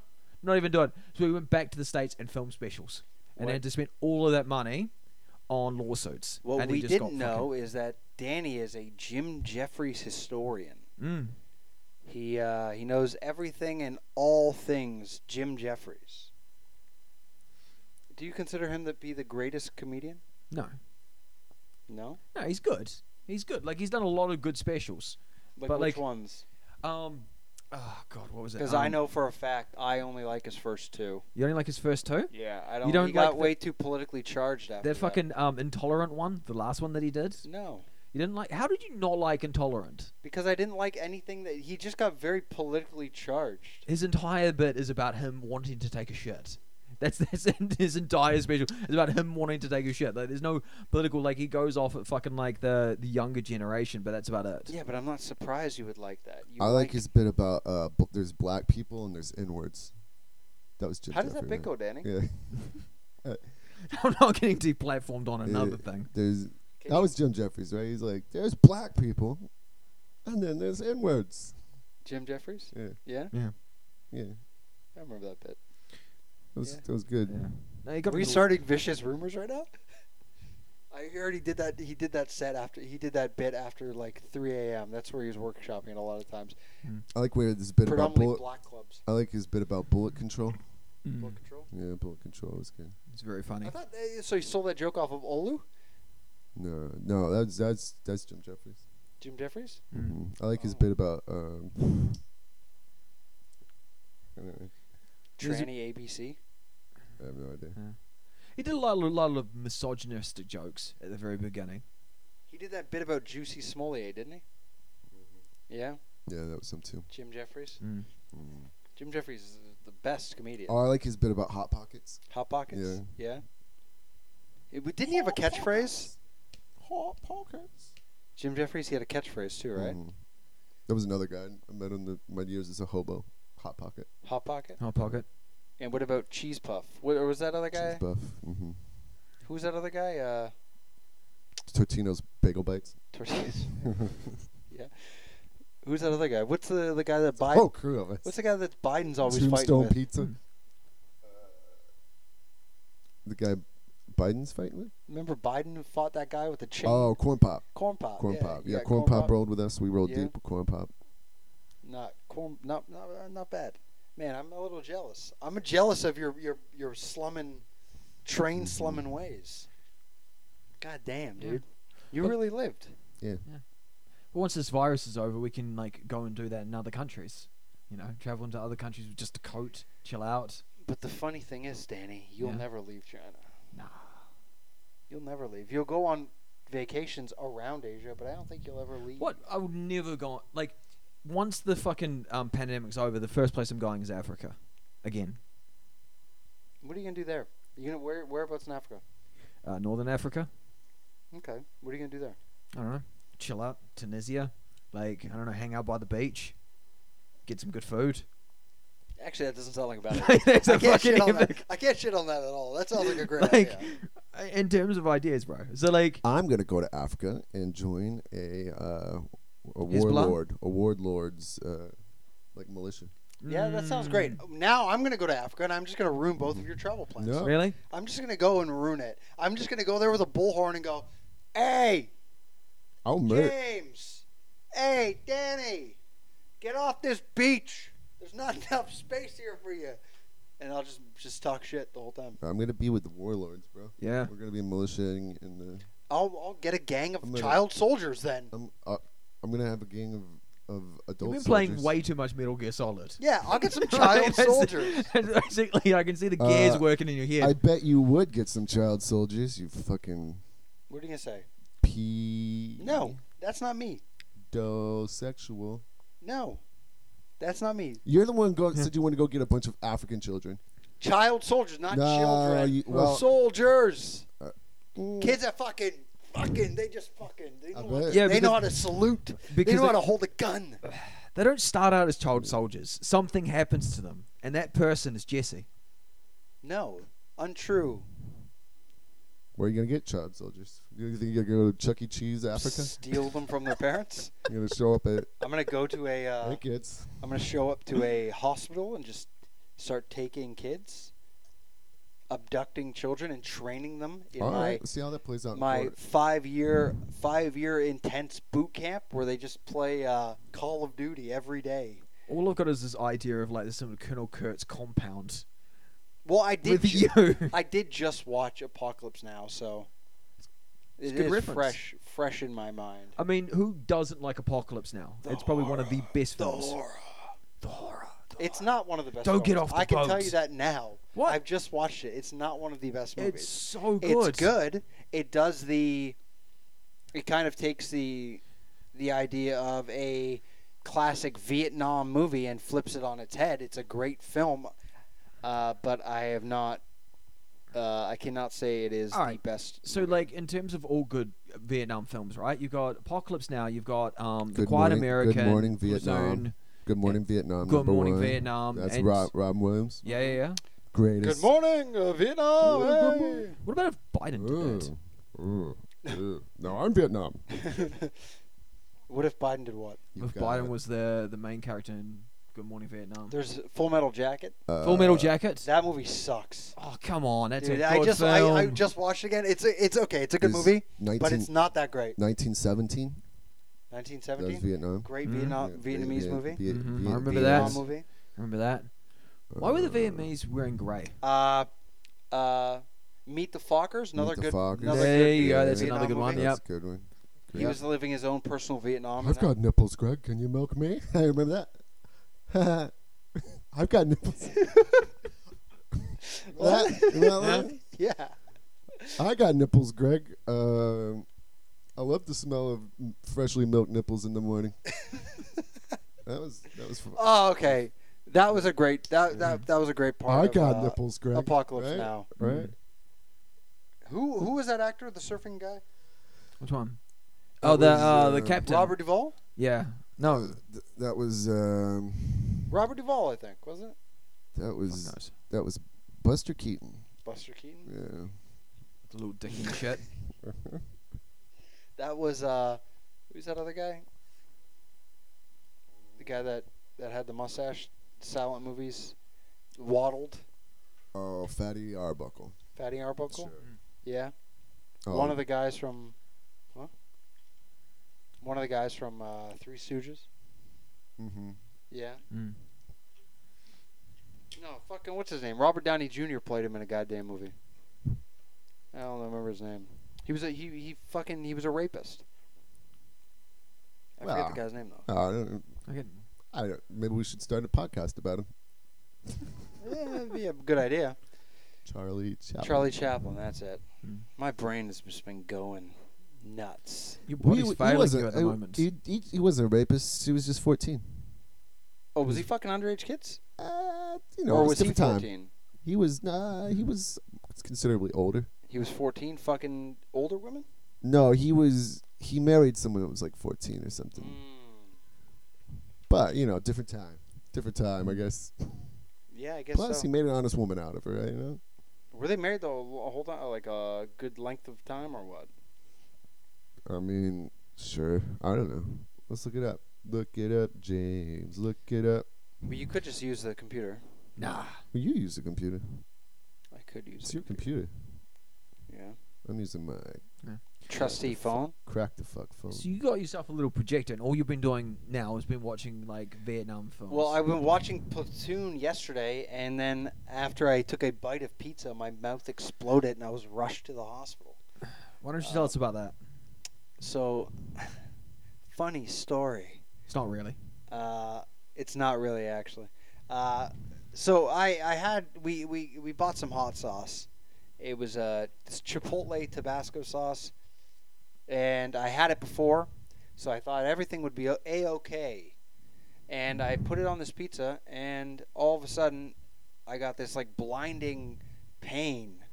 Speaker 2: not even doing. So he went back to the states and filmed specials, and
Speaker 4: What-
Speaker 2: had to spend all of that money on lawsuits.
Speaker 4: What
Speaker 2: and
Speaker 4: we
Speaker 2: he just
Speaker 4: didn't
Speaker 2: got fucking-
Speaker 4: know is that Danny is a Jim Jeffries historian.
Speaker 2: Mm.
Speaker 4: He uh, he knows everything and all things Jim Jeffries. Do you consider him to be the greatest comedian?
Speaker 2: no.
Speaker 4: No.
Speaker 2: No, he's good. He's good. Like he's done a lot of good specials.
Speaker 4: Like
Speaker 2: But,
Speaker 4: which
Speaker 2: like,
Speaker 4: ones?
Speaker 2: Um, oh god, what was it?
Speaker 4: Because I
Speaker 2: Um,
Speaker 4: know for a fact I only like his first two.
Speaker 2: you only like his first two.
Speaker 4: Yeah, I don't.
Speaker 2: don't
Speaker 4: he got
Speaker 2: like the-
Speaker 4: way too politically charged after
Speaker 2: The
Speaker 4: that.
Speaker 2: fucking um intolerant one, the last one that he did.
Speaker 4: No,
Speaker 2: You didn't like. How did you not like intolerant?
Speaker 4: because I didn't like anything that he just got very politically charged.
Speaker 2: His entire bit is about him wanting to take a shit. That's that's his entire special. It's about him wanting to take a shit. Like, there's no political. Like he goes off at fucking like the the younger generation, but that's about it.
Speaker 4: Yeah, but I'm not surprised you would like that. You
Speaker 1: I like his bit about uh, bl- there's black people and there's inwards. That was Jim
Speaker 4: How does that
Speaker 1: Jeffries,
Speaker 4: bit go,
Speaker 1: right?
Speaker 4: Danny?
Speaker 1: Yeah.
Speaker 2: I'm not getting deplatformed on another
Speaker 1: Yeah.
Speaker 2: thing.
Speaker 1: There's
Speaker 4: Can
Speaker 1: that
Speaker 4: you-
Speaker 1: was Jim Jeffries, right? He's like, there's black people, and then there's inwards.
Speaker 4: Jim Jeffries.
Speaker 1: Yeah,
Speaker 4: Yeah,
Speaker 1: yeah.
Speaker 4: I remember that bit.
Speaker 1: That was
Speaker 4: Yeah.
Speaker 1: that was good.
Speaker 2: Yeah. No, he got
Speaker 4: Are we
Speaker 2: rid of-
Speaker 4: starting vicious rumors right now? I already did that. He did that set after. He did that bit after like 3 a.m. That's where he was workshopping a lot of times.
Speaker 1: I like where this bit about
Speaker 4: Predominantly
Speaker 1: bullet.
Speaker 4: black clubs.
Speaker 1: I like his bit about bullet control.
Speaker 2: Mm,
Speaker 4: Bullet control.
Speaker 1: Yeah, bullet control was good.
Speaker 2: it's very funny.
Speaker 4: I thought eh, so. He stole that joke off of Olu,
Speaker 1: No, no, that's that's that's Jim Jeffries.
Speaker 4: Jim Jeffries.
Speaker 2: Mm.
Speaker 1: Mhm. I like his
Speaker 4: Oh.
Speaker 1: bit about. Um, anyway,
Speaker 2: Is it-
Speaker 4: Tranny ABC.
Speaker 1: I have no idea.
Speaker 2: He did a lot, a lot of misogynistic jokes at the very beginning.
Speaker 4: He did that bit about Juicy Smollett, didn't he?
Speaker 1: Mm-hmm.
Speaker 4: Yeah,
Speaker 1: Yeah, that was some too.
Speaker 4: Jim Jeffries.
Speaker 1: Mm.
Speaker 4: Jim Jeffries is the best comedian.
Speaker 1: Oh, I like his bit about hot pockets.
Speaker 4: Hot Pockets. Yeah. Eh, but Didn't he have a catchphrase?
Speaker 1: Hot pockets.
Speaker 4: Jim Jeffries, he had a catchphrase too, right?
Speaker 1: Mhm. There was another guy I met on the my years as a hobo. Hot pocket.
Speaker 4: Hot Pocket.
Speaker 2: Hot pocket.
Speaker 4: And what about Cheese Puff? What, or was that other
Speaker 1: She's
Speaker 4: guy?
Speaker 1: buff. hmm
Speaker 4: Who was that other guy? Uh,
Speaker 1: Totino's bagel bites.
Speaker 4: Tortillas. yeah. Who's that other guy? What's the the guy that Biden?
Speaker 1: oh, crew of us.
Speaker 4: What's the guy that Biden's always fighting
Speaker 1: Tombstone
Speaker 4: with? Hmm.
Speaker 1: pizza.
Speaker 2: Mm.
Speaker 1: The guy Biden's fighting with?
Speaker 4: Remember Biden who fought that guy with the chain?
Speaker 1: Oh, corn pop.
Speaker 4: corn pop.
Speaker 1: Corn
Speaker 4: yeah,
Speaker 1: pop. Yeah, corn, pop, rolled with us. We rolled
Speaker 4: Yeah.
Speaker 1: deep with corn pop.
Speaker 4: Not corn. Not not uh, not bad. Man, I'm a little jealous. I'm jealous of your your your slumming, train slumming ways. God damn,
Speaker 2: Yeah.
Speaker 4: dude, you
Speaker 2: But-
Speaker 4: really lived.
Speaker 2: But once this virus is over, we can like go and do that in other countries. You know, travel into other countries with just a coat, chill out.
Speaker 4: But the funny thing is, Danny, you'll
Speaker 2: Yeah.
Speaker 4: never leave China.
Speaker 2: Nah.
Speaker 4: You'll never leave. You'll go on vacations around Asia, but I don't think you'll ever leave.
Speaker 2: What? I would never go. Like, once the fucking um, pandemic's over, the first place I'm going is Africa, again.
Speaker 4: What are you gonna do there? You gonna where whereabouts in Africa?
Speaker 2: Uh, Northern Africa.
Speaker 4: Okay. What are you gonna do there?
Speaker 2: I don't know. Chill out. Tunisia. Like, I don't know. Hang out by the beach. Get some good food.
Speaker 4: Actually, that doesn't sound like a bad idea.
Speaker 2: That's
Speaker 4: I
Speaker 2: a
Speaker 4: can't
Speaker 2: fucking
Speaker 4: shit on that.
Speaker 2: epic-
Speaker 4: I can't shit on that at all. That sounds like a great
Speaker 2: Like,
Speaker 4: idea.
Speaker 2: in terms of ideas, bro. So like,
Speaker 1: I'm gonna go to Africa and join a uh, a
Speaker 2: Hezbollah?
Speaker 1: warlord, a warlord's uh, like militia.
Speaker 4: Yeah, that sounds great.
Speaker 2: Mm.
Speaker 4: Now I'm gonna go to Africa and I'm just gonna ruin both of your travel plans.
Speaker 1: No.
Speaker 2: Really?
Speaker 4: I'm just gonna go and ruin it. I'm just gonna go there with a bullhorn and go, "Hey,
Speaker 1: I'll murder.
Speaker 4: James, hey, Danny, get off this beach. There's not enough space here for you." And I'll just just talk shit the whole time.
Speaker 1: I'm gonna be with the warlords, bro.
Speaker 2: Yeah.
Speaker 1: We're gonna be militiaing in the.
Speaker 4: I'll I'll get a gang of
Speaker 1: I'm gonna-
Speaker 4: child soldiers then.
Speaker 1: I'm uh, I'm gonna have a gang of of adult
Speaker 2: You've been playing
Speaker 1: soldiers.
Speaker 2: way too much Metal Gear Solid.
Speaker 4: Yeah, I'll get some
Speaker 2: Like,
Speaker 4: child
Speaker 2: that's-
Speaker 4: soldiers.
Speaker 2: that's Basically, I can see the gears
Speaker 1: Uh,
Speaker 2: working in your head.
Speaker 1: I bet you would get some child soldiers. You fucking
Speaker 4: What are you gonna say?
Speaker 1: p.
Speaker 4: No, that's not me.
Speaker 1: sexual.
Speaker 4: No, that's not me.
Speaker 1: You're the one go said you want to go get a bunch of African children.
Speaker 4: Child soldiers, not
Speaker 1: No,
Speaker 4: children.
Speaker 1: you- well-
Speaker 4: soldiers.
Speaker 1: Mm.
Speaker 4: Kids that fucking, fucking, they just fucking. They know,
Speaker 1: I
Speaker 4: how,
Speaker 1: bet.
Speaker 4: yeah,
Speaker 2: Yeah,
Speaker 4: they know
Speaker 2: because-
Speaker 4: how to salute. They
Speaker 2: because
Speaker 4: know how
Speaker 2: they-
Speaker 4: to hold a gun.
Speaker 2: They don't start out as child soldiers. Something happens to them, and that person is Jesse.
Speaker 4: No, untrue.
Speaker 1: Where are you gonna get child soldiers? You think you're gonna go to Chuck E. Cheese, Africa?
Speaker 4: Steal them from their parents.
Speaker 1: You're gonna show up at
Speaker 4: I'm gonna go to a. Uh,
Speaker 1: hey kids.
Speaker 4: I'm gonna show up to a hospital and just start taking kids, abducting children and training them in
Speaker 1: All
Speaker 4: my
Speaker 1: right, let's see how that plays out. in
Speaker 4: my
Speaker 1: Florida.
Speaker 4: five year five year intense boot camp where they just play uh, Call of Duty every day.
Speaker 2: All I've got is this idea of like this sort of Colonel Kurtz compound
Speaker 4: Well, I did.
Speaker 2: with
Speaker 4: ju-
Speaker 2: you.
Speaker 4: I did just watch Apocalypse Now, so
Speaker 2: It's
Speaker 4: it
Speaker 2: good
Speaker 4: is
Speaker 2: reference.
Speaker 4: fresh fresh in my mind.
Speaker 2: I mean, who doesn't like Apocalypse Now? it's probably one of the best films. The horror.
Speaker 4: It's not one of the best.
Speaker 2: Don't get
Speaker 4: movies.
Speaker 2: off the
Speaker 4: I can tell
Speaker 2: boat.
Speaker 4: you that now.
Speaker 2: What?
Speaker 4: I've just watched it. It's not one of the best movies.
Speaker 2: It's so good.
Speaker 4: it's good. It does the. It kind of takes the, the idea of a classic Vietnam movie and flips it on its head. It's a great film, uh, but I have not. Uh, I cannot say it is
Speaker 2: All
Speaker 4: the
Speaker 2: right.
Speaker 4: best.
Speaker 2: So,
Speaker 4: movie.
Speaker 2: like, in terms of all good Vietnam films, right? You've got Apocalypse Now. You've got um, The
Speaker 1: Good
Speaker 2: Quiet
Speaker 1: Morning- Good
Speaker 2: American.
Speaker 1: Morning, Vietnam.
Speaker 2: Platoon,
Speaker 1: Good morning Vietnam.
Speaker 2: Good
Speaker 1: number
Speaker 2: Morning
Speaker 1: one.
Speaker 2: Vietnam.
Speaker 1: That's
Speaker 2: and-
Speaker 1: Rob, Rob Williams.
Speaker 2: Yeah, yeah, yeah.
Speaker 1: Greatest.
Speaker 4: good morning, uh, Vietnam. hey!
Speaker 2: What about if Biden did that?
Speaker 1: Ooh, ooh, ooh. No, I'm Vietnam.
Speaker 4: What if Biden did what?
Speaker 1: You've
Speaker 2: if
Speaker 1: got,
Speaker 2: Biden was the the main character in Good Morning Vietnam.
Speaker 4: There's Full Metal Jacket.
Speaker 1: uh,
Speaker 2: Full Metal Jacket.
Speaker 4: That movie sucks.
Speaker 2: oh come on, that's
Speaker 4: Dude,
Speaker 2: a
Speaker 4: I
Speaker 2: good
Speaker 4: just I,
Speaker 2: film.
Speaker 4: I just watched it again. It's a, it's okay. It's a good
Speaker 1: Is
Speaker 4: movie,
Speaker 1: 19,
Speaker 4: but it's not that great.
Speaker 1: 1917. That was
Speaker 4: 1917.
Speaker 1: Vietnam.
Speaker 4: Great
Speaker 2: Mhm.
Speaker 4: Vietnam,
Speaker 1: Hmm? Yeah,
Speaker 4: Vietnamese
Speaker 1: Viet-
Speaker 4: movie.
Speaker 1: Viet-
Speaker 2: Mhm, I
Speaker 1: Viet- Uh,
Speaker 2: remember
Speaker 4: Vietnam
Speaker 2: that.
Speaker 1: Vietnamese.
Speaker 4: movie.
Speaker 2: Remember that? Why were the Vietnamese wearing grey?
Speaker 4: Uh, uh, Meet the Fockers. Another
Speaker 1: Meet the
Speaker 4: good.
Speaker 1: Fockers.
Speaker 4: Another
Speaker 2: There
Speaker 4: good
Speaker 2: you go,
Speaker 4: Viet-
Speaker 1: that's
Speaker 4: Vietnam
Speaker 2: another good one,
Speaker 4: movie.
Speaker 2: yeah.
Speaker 1: That's a good one.
Speaker 4: He
Speaker 1: Yeah.
Speaker 4: was living his own personal Vietnam.
Speaker 1: I've
Speaker 4: and
Speaker 1: got nipples, Greg. Can you milk me? I remember that. I've got nipples.
Speaker 4: What?
Speaker 1: That- you know that one?
Speaker 4: that- Yeah.
Speaker 1: I got nipples, Greg. Um, I love the smell of m- freshly milked nipples in the morning. that was that was. Fun.
Speaker 4: Oh, okay. That was a great. That that, that was a great part.
Speaker 1: Mm-hmm. I
Speaker 4: of,
Speaker 1: got
Speaker 4: uh,
Speaker 1: nipples, Greg.
Speaker 4: Apocalypse
Speaker 1: right?
Speaker 4: Now.
Speaker 1: Right.
Speaker 4: Who who was that actor? The surfing guy.
Speaker 2: Which one?
Speaker 1: That
Speaker 2: oh, the
Speaker 1: was,
Speaker 2: uh,
Speaker 1: uh,
Speaker 2: the captain.
Speaker 4: Robert Duvall.
Speaker 2: Yeah. No.
Speaker 1: Oh, Th- that was um,
Speaker 4: Robert Duvall, I think, wasn't it?
Speaker 1: that
Speaker 2: Fuck
Speaker 1: was
Speaker 2: knows.
Speaker 1: that was Buster Keaton.
Speaker 4: Buster Keaton.
Speaker 1: Yeah.
Speaker 2: The little dick and shit.
Speaker 4: That was uh, who's that other guy? The guy that that had the mustache, silent movies, waddled,
Speaker 1: Oh, Fatty Arbuckle.
Speaker 4: Fatty Arbuckle.
Speaker 1: Sure.
Speaker 4: Yeah,
Speaker 1: Oh,
Speaker 4: one of the guys from, huh? One of the guys from uh, Three Stooges.
Speaker 1: mhm.
Speaker 4: Yeah.
Speaker 2: Mm.
Speaker 4: No, fucking what's his name? Robert Downey Jr. played him in a goddamn movie. I don't remember his name. He was a he he fucking he was a rapist. I
Speaker 1: Well.
Speaker 4: forget the guy's name though.
Speaker 1: Oh, I don't,
Speaker 2: Okay.
Speaker 1: I don't, maybe we should start a podcast about him.
Speaker 4: yeah, that'd Eh, be a good idea.
Speaker 1: Charlie Chaplin.
Speaker 4: Charlie Chaplin, that's it.
Speaker 1: Hmm.
Speaker 2: Mm.
Speaker 4: My brain has just been going nuts.
Speaker 2: Your
Speaker 1: Well,
Speaker 2: body's failing you at the
Speaker 1: he- uh,
Speaker 2: moment.
Speaker 1: He, he, he wasn't a rapist. She was just 14.
Speaker 4: Oh, was he fucking underage kids?
Speaker 1: Uh, you know,
Speaker 4: or
Speaker 1: Hmm. it
Speaker 4: was he
Speaker 1: different time.
Speaker 4: 14?
Speaker 1: He was uh, he was considerably older.
Speaker 4: He was 14 fucking older women?
Speaker 1: No, he was he married someone that was like 14 or something.
Speaker 4: Mm. Hmm.
Speaker 1: But you know, different time, different time, I guess.
Speaker 4: Yeah, I guess
Speaker 1: Plus,
Speaker 4: so.
Speaker 1: he made an honest woman out of her. Right? You know,
Speaker 4: Were they married the whole whole time, like a good length of time or what?
Speaker 1: I mean, sure. I don't know. Let's look it up. Look it up, James. Look it up.
Speaker 4: Well, you could just use the computer.
Speaker 2: nah.
Speaker 1: Well, you use a computer.
Speaker 4: I could use
Speaker 1: It's
Speaker 4: the
Speaker 1: your computer.
Speaker 4: Yeah.
Speaker 1: I'm using my
Speaker 4: Trusty phone.
Speaker 1: crack the fuck phone.
Speaker 2: So you got yourself a little projector, and all you've been doing now has been watching like Vietnam films.
Speaker 4: Well, I've been watching Platoon yesterday, and then after I took a bite of pizza, my mouth exploded, and I was rushed to the hospital.
Speaker 2: Why don't you tell us about that?
Speaker 4: So, funny story.
Speaker 2: Not really.
Speaker 4: Uh, it's not really actually. Uh, so I, I had we, we, we bought some hot sauce. It was uh, this chipotle Tabasco sauce, and I had it before, so I thought everything would be a okay. And I put it on this pizza, and all of a sudden, I got this like blinding pain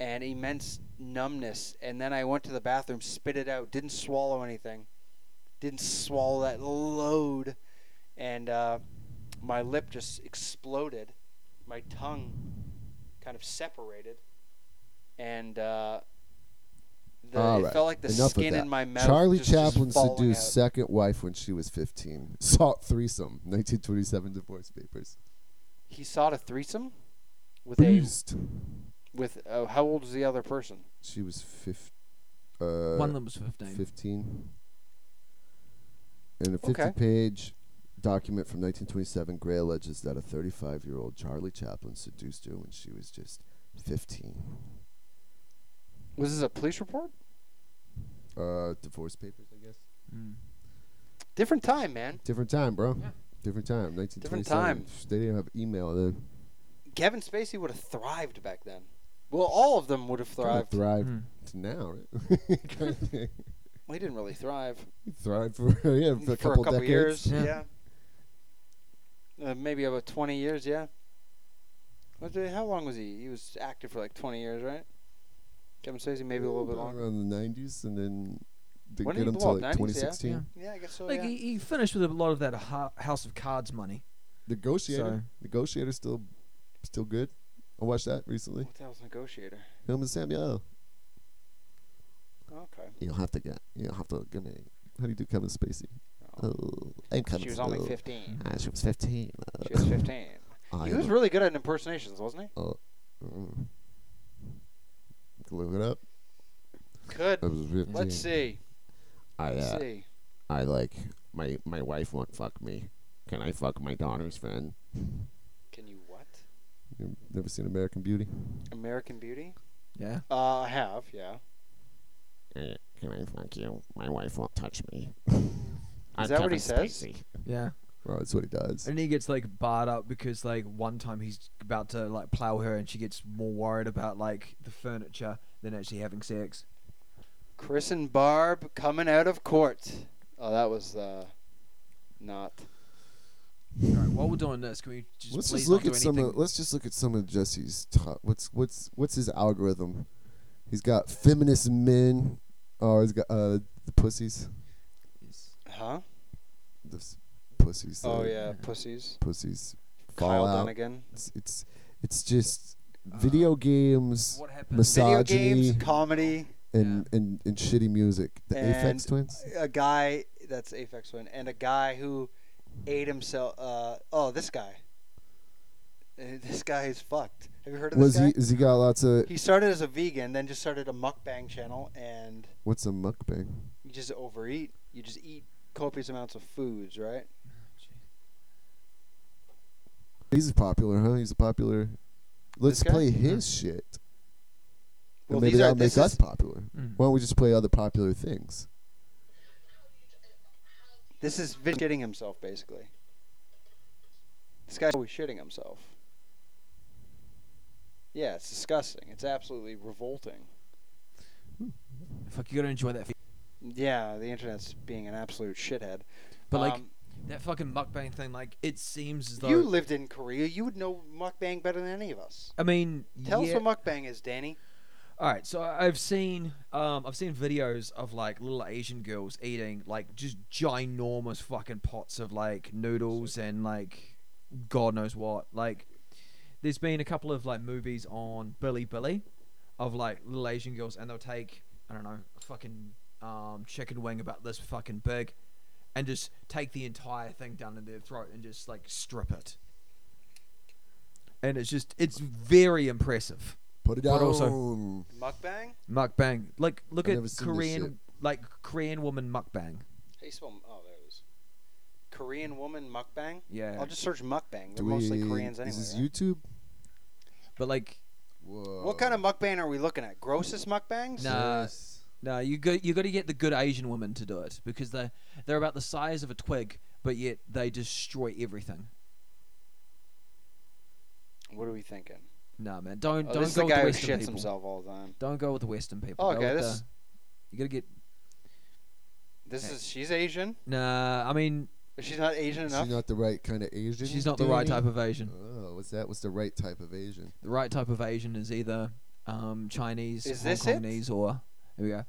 Speaker 4: and immense numbness. And then I went to the bathroom, spit it out, didn't swallow anything, didn't swallow that load, and uh, my lip just exploded. My tongue kind of separated, and uh, the,
Speaker 1: All
Speaker 4: it
Speaker 1: right,
Speaker 4: felt like the
Speaker 1: enough of
Speaker 4: skin
Speaker 1: that.
Speaker 4: in my mouth.
Speaker 1: Charlie
Speaker 4: just was
Speaker 1: Chaplin
Speaker 4: falling
Speaker 1: seduced
Speaker 4: out.
Speaker 1: second wife when she was 15. Sought threesome. 1927 divorce papers.
Speaker 4: He sought a threesome with a
Speaker 1: Boozed.
Speaker 4: with uh, how old was the other person?
Speaker 1: She was fif- uh,
Speaker 2: One of them was 15.
Speaker 1: 15. And a 50
Speaker 4: Okay.
Speaker 1: page document from 1927, Gray alleges that a 35 year old Charlie Chaplin seduced her when she was just 15.
Speaker 4: Was this a police report?
Speaker 1: Uh, divorce papers, I guess.
Speaker 2: Mm.
Speaker 4: Different time, man.
Speaker 1: Different time, bro.
Speaker 2: Yeah.
Speaker 1: Different time. 1927.
Speaker 4: time.
Speaker 1: They didn't have email then.
Speaker 4: Kevin Spacey would have thrived back then. Well, all of them would have
Speaker 1: Kinda
Speaker 4: thrived.
Speaker 1: Thrived
Speaker 2: Mm.
Speaker 1: to now, right? Kinda thing.
Speaker 4: Well, he didn't really thrive
Speaker 1: He thrived for, yeah, for a couple, decades.
Speaker 4: years. Yeah.
Speaker 2: Yeah.
Speaker 4: Uh, maybe about 20 years, yeah. What did- How long was he? He was active for like 20 years, right? Kevin Spacey, maybe a little bit longer.
Speaker 1: Around the 90s, and then they
Speaker 4: When
Speaker 1: get
Speaker 4: did
Speaker 1: him
Speaker 4: he
Speaker 1: to
Speaker 4: blow up?
Speaker 1: like
Speaker 4: 90s, yeah?
Speaker 1: 2016.
Speaker 2: Yeah.
Speaker 4: Yeah, I guess so.
Speaker 2: Like
Speaker 4: yeah.
Speaker 2: he, he finished with a lot of that ho- House of Cards money.
Speaker 1: Negotiator.
Speaker 2: So-
Speaker 1: Negotiator still still good. I watched that recently.
Speaker 4: What the hell's Negotiator?
Speaker 1: Him and Samuel.
Speaker 4: Okay.
Speaker 1: You'll have to get. You'll have to give me. How do you do Kevin Spacey?
Speaker 4: Oh.
Speaker 1: Oh, I'm Kevin
Speaker 4: She was only
Speaker 1: oh,
Speaker 4: 15.
Speaker 1: ah, she was 15.
Speaker 4: She was 15.
Speaker 1: I
Speaker 4: He was
Speaker 1: am-
Speaker 4: really good at impersonations, wasn't he?
Speaker 1: mm. Look it up.
Speaker 4: Good.
Speaker 1: I was 15.
Speaker 4: Let's see.
Speaker 1: I,
Speaker 4: Let's
Speaker 1: uh,
Speaker 4: see.
Speaker 1: I like my my wife won't fuck me. Can I fuck my daughter's friend?
Speaker 4: Can you what?
Speaker 1: You never seen American Beauty?
Speaker 4: American Beauty?
Speaker 2: Yeah.
Speaker 4: Uh, I have, yeah.
Speaker 1: Eh, Can I fuck you? My wife won't touch me.
Speaker 4: Is that what he says?
Speaker 2: Yeah.
Speaker 1: Well, that's what he does.
Speaker 2: And he gets like barred up because like one time he's about to like plow her and she gets more worried about like the furniture than actually having sex.
Speaker 4: Chris and Barb coming out of court. Oh, that was uh, not.
Speaker 2: Alright, while we're doing this, can we just
Speaker 1: let's
Speaker 2: please
Speaker 1: just look at
Speaker 2: not do
Speaker 1: some. Of,
Speaker 2: anything?
Speaker 1: let's just look at some of Jesse's top. What's what's what's his algorithm? He's got feminist men. Oh, he's got uh the pussies.
Speaker 4: Huh?
Speaker 1: The s- pussies.
Speaker 4: Oh
Speaker 1: uh,
Speaker 4: yeah,
Speaker 2: yeah.
Speaker 4: pussies.
Speaker 1: Pussies.
Speaker 4: Kyle
Speaker 1: Fallout.
Speaker 4: Dunnigan.
Speaker 1: It's it's, it's just
Speaker 2: Uh,
Speaker 1: video games
Speaker 2: What happened?
Speaker 1: Massage-
Speaker 4: Video
Speaker 1: Misogyny.
Speaker 4: games, comedy.
Speaker 1: and, and and shitty music. The Aphex
Speaker 4: And- uh,
Speaker 1: Twins.
Speaker 4: A guy that's Aphex Twin, and a guy who ate himself. Uh, oh, this guy. Uh, This guy is fucked. Have you heard of
Speaker 1: Was
Speaker 4: this
Speaker 1: he?
Speaker 4: guy?
Speaker 1: Is he got lots of?
Speaker 4: He started as a vegan, then just started a mukbang channel, and
Speaker 1: What's a mukbang?
Speaker 4: you just overeat. You just eat copious amounts of foods, right?
Speaker 1: He's popular, huh? He's a popular. Let's
Speaker 4: guy?
Speaker 1: play his shit.
Speaker 4: Well,
Speaker 1: and maybe
Speaker 4: these are-
Speaker 1: that'll make
Speaker 4: this
Speaker 1: us
Speaker 4: is-
Speaker 1: popular.
Speaker 2: Mm.
Speaker 1: Why don't we just play other popular things?
Speaker 4: This is Vin shitting himself, basically. This guy's always shitting himself. Yeah, it's disgusting. It's absolutely revolting.
Speaker 2: Fuck, you gotta enjoy that.
Speaker 4: Yeah, the internet's being an absolute shithead.
Speaker 2: But like
Speaker 4: Um,
Speaker 2: that fucking mukbang thing, like it seems as though
Speaker 4: you lived in Korea, you would know mukbang better than any of us.
Speaker 2: I mean,
Speaker 4: Tell
Speaker 2: yeah.
Speaker 4: us what mukbang is, Danny.
Speaker 2: All right, so I- I've seen um, I've seen videos of like little Asian girls eating like just ginormous fucking pots of like noodles and like God knows what. Like there's been a couple of like movies on Billy Billy of like little Asian girls and they'll take I don't know a fucking um, chicken wing about this fucking big and just take the entire thing down in their throat and just like strip it. And it's just it's very impressive
Speaker 1: Put it down.
Speaker 2: But also-
Speaker 4: Mukbang?
Speaker 2: mukbang. Like look
Speaker 1: I've never
Speaker 2: at
Speaker 1: seen this shit.
Speaker 2: Korean like Korean woman mukbang.
Speaker 4: How you spell? Oh, there it is. Korean woman mukbang.
Speaker 2: Yeah.
Speaker 4: I'll just search mukbang. They're
Speaker 1: Do we,
Speaker 4: mostly Koreans anyway.
Speaker 1: Is this
Speaker 4: right?
Speaker 1: YouTube?
Speaker 2: But like
Speaker 1: Whoa.
Speaker 4: What kind of mukbang are we looking at? Grossest mukbangs?
Speaker 2: Nah. No, you go, you got to get the good Asian women to do it because they they're about the size of a twig, but yet they destroy everything.
Speaker 4: What are we thinking?
Speaker 2: No, man, don't
Speaker 4: Oh,
Speaker 2: don't
Speaker 4: this is
Speaker 2: go
Speaker 4: the guy who
Speaker 2: with
Speaker 4: shits
Speaker 2: the Western people.
Speaker 4: himself all the time.
Speaker 2: Don't go with the Western people.
Speaker 4: Oh,
Speaker 2: Go
Speaker 4: okay,
Speaker 2: with
Speaker 4: this-
Speaker 2: the- you got to get.
Speaker 4: This
Speaker 2: Hey.
Speaker 4: is she's Asian,
Speaker 2: Nah, I mean
Speaker 4: but she's not Asian enough.
Speaker 1: She's not the right kind of Asian.
Speaker 2: she's not the right
Speaker 1: Danny?
Speaker 2: type of Asian.
Speaker 1: Oh, what's that? What's the right type of Asian?
Speaker 2: The right type of Asian is either um, Chinese,
Speaker 4: Is
Speaker 2: Hong
Speaker 4: this it?
Speaker 2: Kongese, or here we go.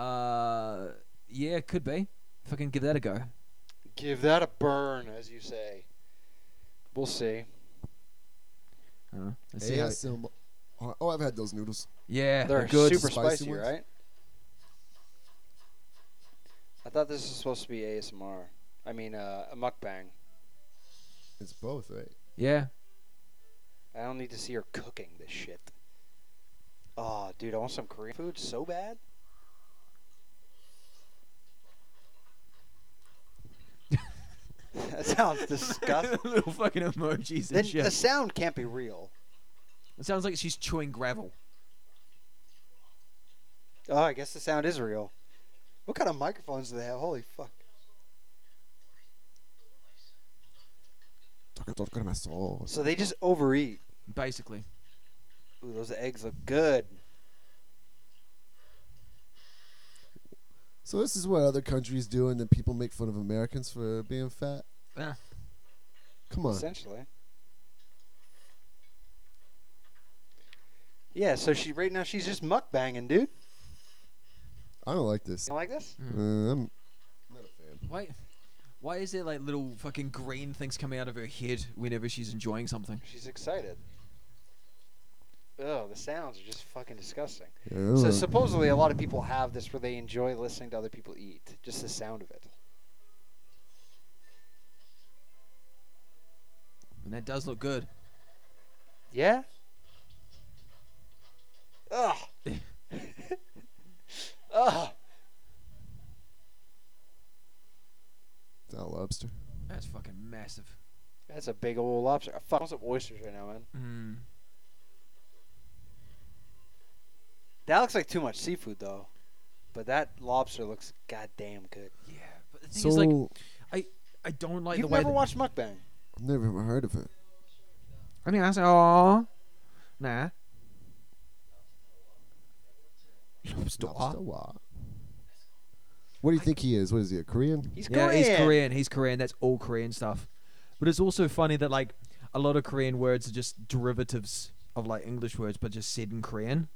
Speaker 2: Uh, yeah, could be. Fucking give that a go.
Speaker 4: Give that a burn, as you say. We'll see.
Speaker 2: I don't know. Let's see how-
Speaker 1: ASMR. Oh, I've had those noodles.
Speaker 2: yeah,
Speaker 4: They're
Speaker 2: good.
Speaker 4: super
Speaker 1: Spicy
Speaker 4: spicy,
Speaker 1: ones?
Speaker 4: right? I thought this was supposed to be ASMR. I mean, uh, a mukbang.
Speaker 1: It's both, right?
Speaker 2: Yeah,
Speaker 4: I don't need to see her cooking this shit. Oh, dude, I want some Korean food so bad. that sounds disgusting.
Speaker 2: Little fucking emojis
Speaker 4: then
Speaker 2: and shit.
Speaker 4: the sound can't be real.
Speaker 2: It sounds like she's chewing gravel.
Speaker 4: Oh, I guess the sound is real. What kind of microphones do they have? Holy fuck.
Speaker 1: Talk, talk about my soul.
Speaker 4: So they just overeat.
Speaker 2: Basically,
Speaker 4: Ooh, those eggs look good.
Speaker 1: So this is what other countries do, and then people make fun of Americans for being fat.
Speaker 2: Yeah.
Speaker 1: Come on.
Speaker 4: Essentially. Yeah, so she right now she's just mukbanging, dude.
Speaker 1: I don't like this.
Speaker 4: You like this?
Speaker 1: Uh,
Speaker 2: Hmm.
Speaker 1: I'm not a fan.
Speaker 2: why, why is there like little fucking green things coming out of her head whenever she's enjoying something?
Speaker 4: She's excited. Oh, the sounds are just fucking disgusting.
Speaker 1: Yeah, I don't
Speaker 4: So
Speaker 1: know.
Speaker 4: supposedly a lot of people have this where they enjoy listening to other people eat, just the sound of it.
Speaker 2: And that does look good.
Speaker 4: Yeah. Ugh. Ugh.
Speaker 1: Is that a lobster.
Speaker 2: That's fucking massive.
Speaker 4: That's a big old lobster. I fuck, I want some oysters right now, man. Hmm.
Speaker 2: Mm.
Speaker 4: That looks like too much seafood, though. But that lobster looks goddamn good.
Speaker 2: Yeah, but the thing
Speaker 1: So
Speaker 2: is, like, I don't like
Speaker 4: You've
Speaker 2: the way.
Speaker 4: never
Speaker 2: that-
Speaker 4: watched mukbang.
Speaker 1: I've never even heard of it.
Speaker 2: I mean, I say, oh, nah. Lobster.
Speaker 1: Lobster wa. What do you think he is? What is he? A Korean?
Speaker 4: He's
Speaker 2: Yeah,
Speaker 4: Korean.
Speaker 2: he's Korean. He's Korean. That's all Korean stuff. But it's also funny that like a lot of Korean words are just derivatives of like English words, but just said in Korean.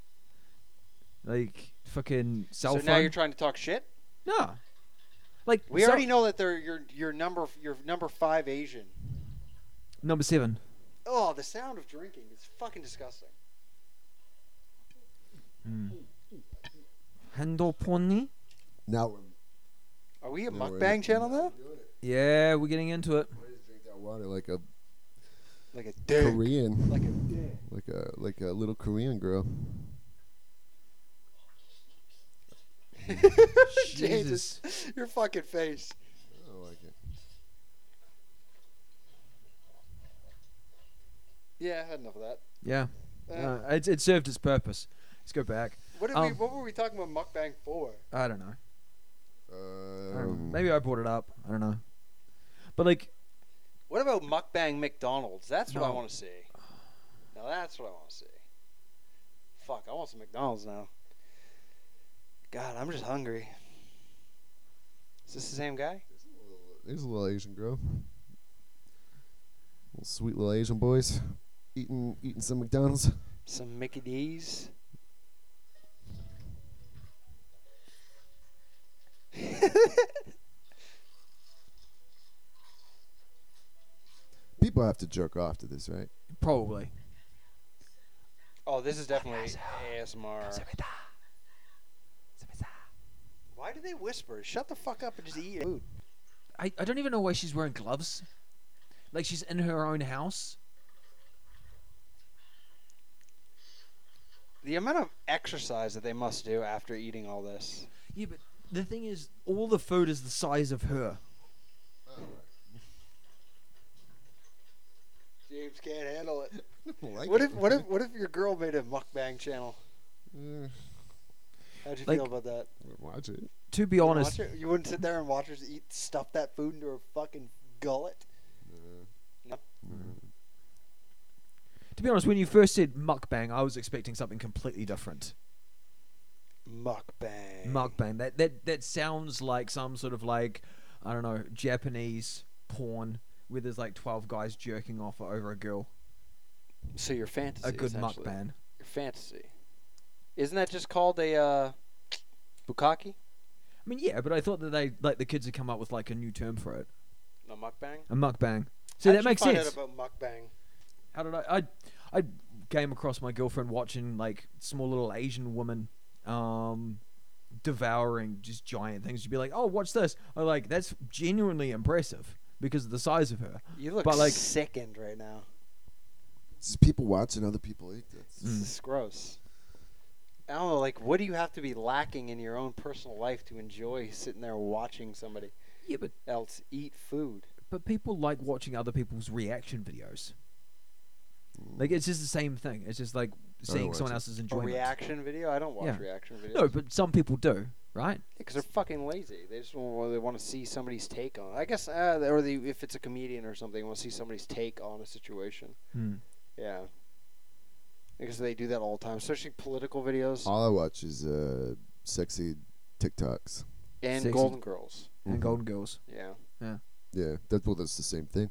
Speaker 2: Like fucking
Speaker 4: So
Speaker 2: cell phone.
Speaker 4: now you're trying to talk shit.
Speaker 2: no. Like
Speaker 4: We
Speaker 2: cell-
Speaker 4: already know that they're your your number your number five Asian.
Speaker 2: number seven.
Speaker 4: Oh, the sound of drinking is fucking disgusting.
Speaker 2: Hmm. Handle pony.
Speaker 1: Now we're.
Speaker 4: Are we a
Speaker 1: No, we're
Speaker 4: mukbang
Speaker 1: not-
Speaker 4: channel now?
Speaker 2: Yeah, we're getting into it.
Speaker 1: I just drink that water like a
Speaker 4: Like a dick.
Speaker 1: Korean,
Speaker 4: Like a dick.
Speaker 1: like a like a little Korean girl.
Speaker 4: Jesus, your fucking face.
Speaker 1: I don't like it.
Speaker 4: Yeah, I had enough of that.
Speaker 2: Yeah,
Speaker 4: Uh,
Speaker 2: uh, it it served its purpose. Let's go back.
Speaker 4: what did we?
Speaker 2: um,
Speaker 4: What were we talking about mukbang for?
Speaker 2: I don't know. I don't know.
Speaker 1: Um,
Speaker 2: Maybe I brought it up. I don't know. But like,
Speaker 4: What about mukbang McDonald's? That's what I
Speaker 2: No.
Speaker 4: want to see. Now that's what I want to see. Fuck, I want some McDonald's now. God, I'm just hungry. Is this the same guy?
Speaker 1: There's a little Asian girl. Little sweet little Asian boys eating eating some McDonald's.
Speaker 4: Some Mickey D's.
Speaker 1: People have to jerk off to this, right?
Speaker 2: probably.
Speaker 4: Oh, this is definitely ASMR. Why do they whisper? Shut the fuck up and just eat food.
Speaker 2: I, I don't even know why she's wearing gloves. Like she's in her own house.
Speaker 4: The amount of exercise that they must do after eating all this.
Speaker 2: Yeah, but the thing is, all the food is the size of her.
Speaker 4: James can't handle it.
Speaker 1: like
Speaker 4: What if what if what if your girl made a mukbang channel?
Speaker 1: Uh,
Speaker 4: How'd you
Speaker 2: Like-
Speaker 4: feel about that?
Speaker 1: Watch it.
Speaker 2: To be
Speaker 4: You wouldn't
Speaker 2: honest,
Speaker 4: watch her- you wouldn't sit there and watch her eat stuff that food into her fucking gullet.
Speaker 2: to be honest, when you first said mukbang, I was expecting something completely different.
Speaker 4: Mukbang.
Speaker 2: Mukbang. That that that sounds like some sort of like I don't know Japanese porn where there's like twelve guys jerking off over a girl.
Speaker 4: So your fantasy.
Speaker 2: A good
Speaker 4: essentially.
Speaker 2: mukbang.
Speaker 4: Your fantasy. Isn't that just called a uh, bukkake?
Speaker 2: I mean, yeah, but I thought that they like the kids had come up with like a new term for it,
Speaker 4: No mukbang.
Speaker 2: a mukbang. So that makes sense.
Speaker 4: out about mukbang?
Speaker 2: How did I? I I came across my girlfriend watching like small little Asian woman, um, devouring just giant things. She'd be like, "Oh, watch this!" I'm like, "That's genuinely impressive because of the size of her."
Speaker 4: You look
Speaker 2: But, like-
Speaker 4: sickened right now.
Speaker 1: It's just people watching other people eat. That's
Speaker 2: Mm.
Speaker 4: This is gross. I don't know, like, what do you have to be lacking in your own personal life to enjoy sitting there watching somebody
Speaker 2: Yeah, but
Speaker 4: else eat food?
Speaker 2: but people like watching other people's reaction videos. Like it's just the same thing. It's just like seeing
Speaker 1: watch
Speaker 2: someone
Speaker 1: it.
Speaker 2: else's
Speaker 4: A
Speaker 2: enjoyment.
Speaker 4: reaction video? I don't watch
Speaker 2: Yeah.
Speaker 4: reaction videos.
Speaker 2: No, but some people do, right?
Speaker 4: because they're fucking lazy. They just want, they want to see somebody's take on. It. I guess, uh, or the, if it's a comedian or something, want to see somebody's take on a situation.
Speaker 2: Hmm.
Speaker 4: Yeah, because they do that all the time, especially political videos
Speaker 1: all I watch is uh, sexy TikToks. Mm-hmm.
Speaker 4: and
Speaker 2: Sexy.
Speaker 4: Golden Girls.
Speaker 2: And Golden Girls.
Speaker 4: Yeah,
Speaker 1: Yeah, that's well, that's the same thing.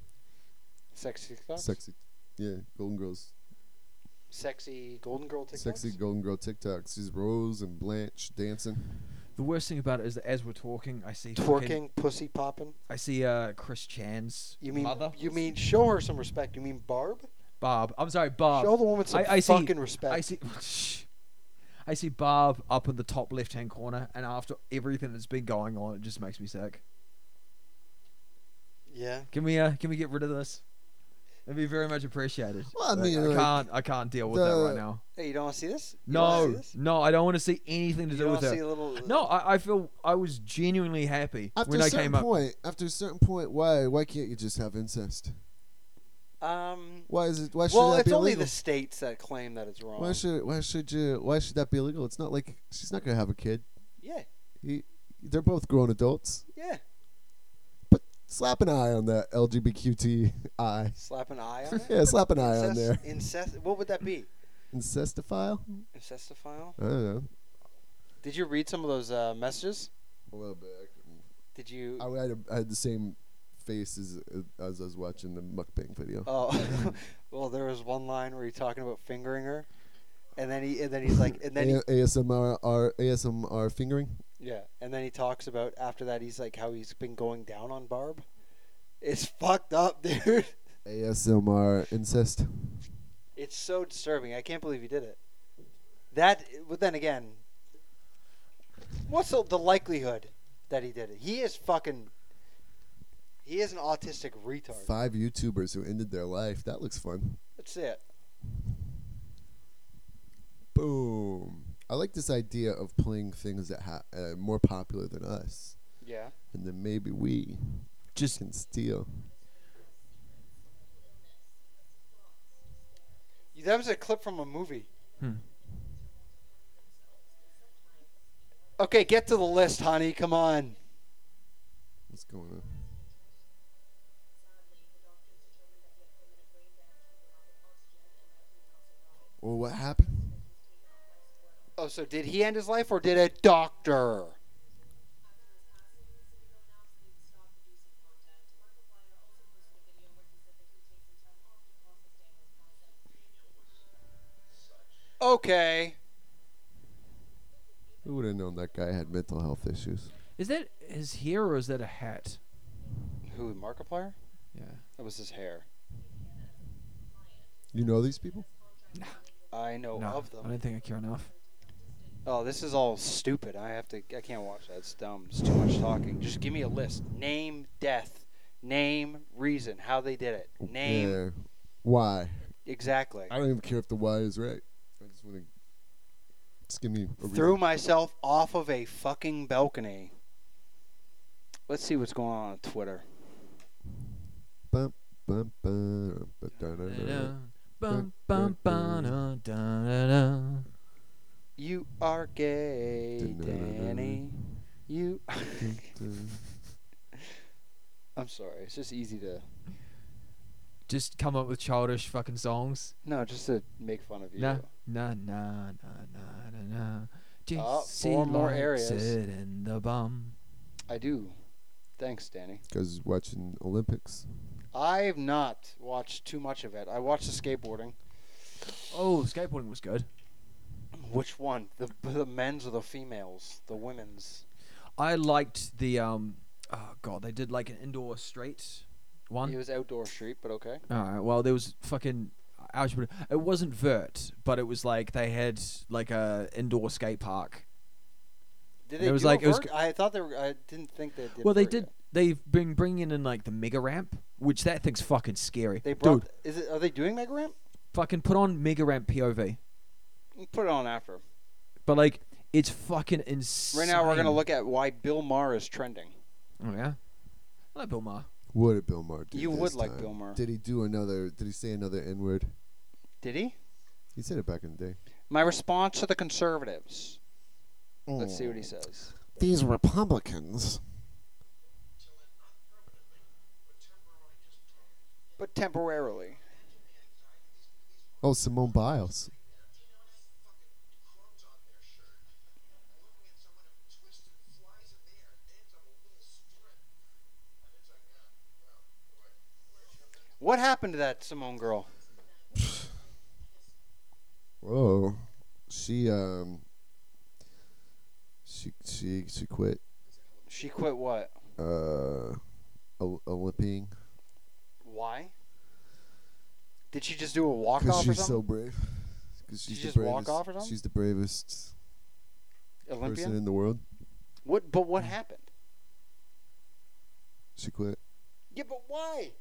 Speaker 4: sexy TikToks.
Speaker 1: Sexy, yeah, Golden Girls.
Speaker 4: sexy Golden Girl TikToks.
Speaker 1: Sexy Golden Girl TikToks. She's Rose and Blanche dancing.
Speaker 2: The worst thing about it is that as we're talking, I see fucking-
Speaker 4: twerking, pussy popping.
Speaker 2: I see uh, Chris Chan's
Speaker 4: You mean
Speaker 2: mother,
Speaker 4: you mean show her some respect? You mean Barb?
Speaker 2: Barb. I'm sorry, Barb.
Speaker 4: show the woman some
Speaker 2: I- I see-
Speaker 4: fucking respect.
Speaker 2: I see. Shh. I see Barb up in the top left-hand corner, and after everything that's been going on, it just makes me sick.
Speaker 4: Yeah.
Speaker 2: Can we? Uh, can we get rid of this? It'd be very much appreciated.
Speaker 1: Well, I
Speaker 2: Like,
Speaker 1: mean,
Speaker 2: I
Speaker 1: like,
Speaker 2: can't. I can't deal with that
Speaker 1: the-
Speaker 2: right now.
Speaker 4: Hey, you don't want to see this? You don't wanna see
Speaker 2: No,
Speaker 4: this?
Speaker 2: no, I don't want to see anything to
Speaker 4: You
Speaker 2: do
Speaker 4: don't
Speaker 2: with
Speaker 4: wanna see
Speaker 2: it.
Speaker 4: a little.
Speaker 2: No, I, I feel I was genuinely happy
Speaker 1: After
Speaker 2: when
Speaker 1: a
Speaker 2: I
Speaker 1: certain
Speaker 2: came up.
Speaker 1: point, after a certain point, why why can't you just have incest?
Speaker 4: Um.
Speaker 1: Why is it? Why should
Speaker 4: Well,
Speaker 1: that
Speaker 4: it's
Speaker 1: be
Speaker 4: only
Speaker 1: illegal?
Speaker 4: the states that claim that it's wrong.
Speaker 1: Why should why should you why should that be illegal? It's not like she's not gonna have a kid.
Speaker 4: yeah,
Speaker 1: You- They're both grown adults.
Speaker 4: yeah.
Speaker 1: Slap an eye on that LGBTQI.
Speaker 4: Slap an eye on it.
Speaker 1: yeah, slap an eye on
Speaker 4: Incest,
Speaker 1: there.
Speaker 4: incest. What would that be?
Speaker 1: Incestophile?
Speaker 4: Incestophile.
Speaker 1: I don't know.
Speaker 4: Did you read some of those uh, messages?
Speaker 1: A little bit. I couldn't-
Speaker 4: Did you?
Speaker 1: I had, a, I had the same face as, as I was watching the mukbang video.
Speaker 4: Oh, well, there was one line where you're talking about fingering her, and then he and then he's like, and then he,
Speaker 1: A- ASMR, R- ASMR fingering?
Speaker 4: yeah, and then he talks about after that he's like how he's been going down on Barb. It's fucked up, dude.
Speaker 1: ASMR incest?
Speaker 4: It's so disturbing. I can't believe you did it. That, but then again, what's the, the likelihood that he did it? He is fucking. He is an autistic retard.
Speaker 1: Five YouTubers who ended their life. That looks fun.
Speaker 4: That's it.
Speaker 1: Boom. I like this idea of playing things that ha- uh, more popular than us.
Speaker 4: Yeah.
Speaker 1: And then maybe we
Speaker 2: Just
Speaker 1: can steal.
Speaker 4: That was a clip from a movie.
Speaker 2: Hmm.
Speaker 4: Okay, get to the list, honey. Come on.
Speaker 1: What's going on? Well, what happened?
Speaker 4: Oh, so did he end his life or did a doctor? Okay.
Speaker 1: Who would have known that guy had mental health issues?
Speaker 2: is that his hair or is that a hat?
Speaker 4: Who, Markiplier?
Speaker 2: Yeah.
Speaker 4: That was his hair.
Speaker 1: You know these people?
Speaker 4: I know
Speaker 2: no,
Speaker 4: Oh, of
Speaker 2: I
Speaker 4: them.
Speaker 2: don't think I care enough.
Speaker 4: Oh, this is all stupid. I have to. I can't watch that. It's dumb. It's too much talking. Just give me a list. Name death. Name reason. How they did it. Name
Speaker 1: Yeah. Why?
Speaker 4: exactly.
Speaker 1: I don't even care if the why is right. I just want to. Just give me a
Speaker 4: Threw
Speaker 1: reason.
Speaker 4: myself off of a fucking balcony. Let's see what's going on on Twitter.
Speaker 1: Bum, bum, bum, ba- da- da- da.
Speaker 2: Bum, bum, ba- da- da- da.
Speaker 4: You are gay,
Speaker 1: Dun-dun-dun-dun.
Speaker 4: Danny. You. I'm sorry. It's just easy to.
Speaker 2: Just come up with childish fucking songs.
Speaker 4: No, just to make fun of you.
Speaker 2: Nah, nah, nah, nah, nah, nah, nah.
Speaker 4: Oh,
Speaker 2: Jesse
Speaker 4: four more
Speaker 2: likes
Speaker 4: areas.
Speaker 2: it in the bum.
Speaker 4: I do. Thanks, Danny.
Speaker 1: Guys watching Olympics.
Speaker 4: I've not watched too much of it. I watched the skateboarding.
Speaker 2: Oh, skateboarding was good.
Speaker 4: Which one? The the men's or the females? The women's.
Speaker 2: I liked the um. Oh god, they did like an indoor straight one.
Speaker 4: It was outdoor street, but okay.
Speaker 2: All right. Well, there was fucking. How should I put it? It wasn't vert, but it was like they had like a indoor skate park.
Speaker 4: Did
Speaker 2: It
Speaker 4: they
Speaker 2: was
Speaker 4: do a
Speaker 2: like- it was
Speaker 4: vert?
Speaker 2: g-
Speaker 4: I thought they were. I didn't think they did.
Speaker 2: well, they
Speaker 4: vert
Speaker 2: did.
Speaker 4: yet.
Speaker 2: They've been bringing in like the mega ramp, which that thing's fucking scary.
Speaker 4: They
Speaker 2: Dude,
Speaker 4: brought. Is it? Are they doing mega ramp?
Speaker 2: fucking put on mega ramp POV.
Speaker 4: Put it on after.
Speaker 2: But like, it's fucking insane.
Speaker 4: Right now, we're gonna look at why Bill Maher is trending.
Speaker 2: Oh yeah. I like Bill Maher.
Speaker 1: What did Bill Maher do?
Speaker 4: You
Speaker 1: this
Speaker 4: would like
Speaker 1: time?
Speaker 4: Bill Maher.
Speaker 1: Did he do another? Did he say another N word?
Speaker 4: Did he?
Speaker 1: He said it back in the day.
Speaker 4: My response to the conservatives. Let's see what he says.
Speaker 1: Mm. These Republicans.
Speaker 4: But temporarily.
Speaker 1: Oh, Simone Biles.
Speaker 4: What happened to that Simone girl?
Speaker 1: Whoa. She um. She she she quit.
Speaker 4: She quit what?
Speaker 1: Uh, Ol- Olympian
Speaker 4: Why? Did she just do a walk
Speaker 1: because
Speaker 4: off or
Speaker 1: she's
Speaker 4: something?
Speaker 1: so brave. Because she's
Speaker 4: She
Speaker 1: the
Speaker 4: just walk
Speaker 1: bravest-
Speaker 4: off or something?
Speaker 1: She's the bravest person
Speaker 4: Olympian?
Speaker 1: in the world.
Speaker 4: What? But what happened?
Speaker 1: She quit
Speaker 4: Yeah, but why?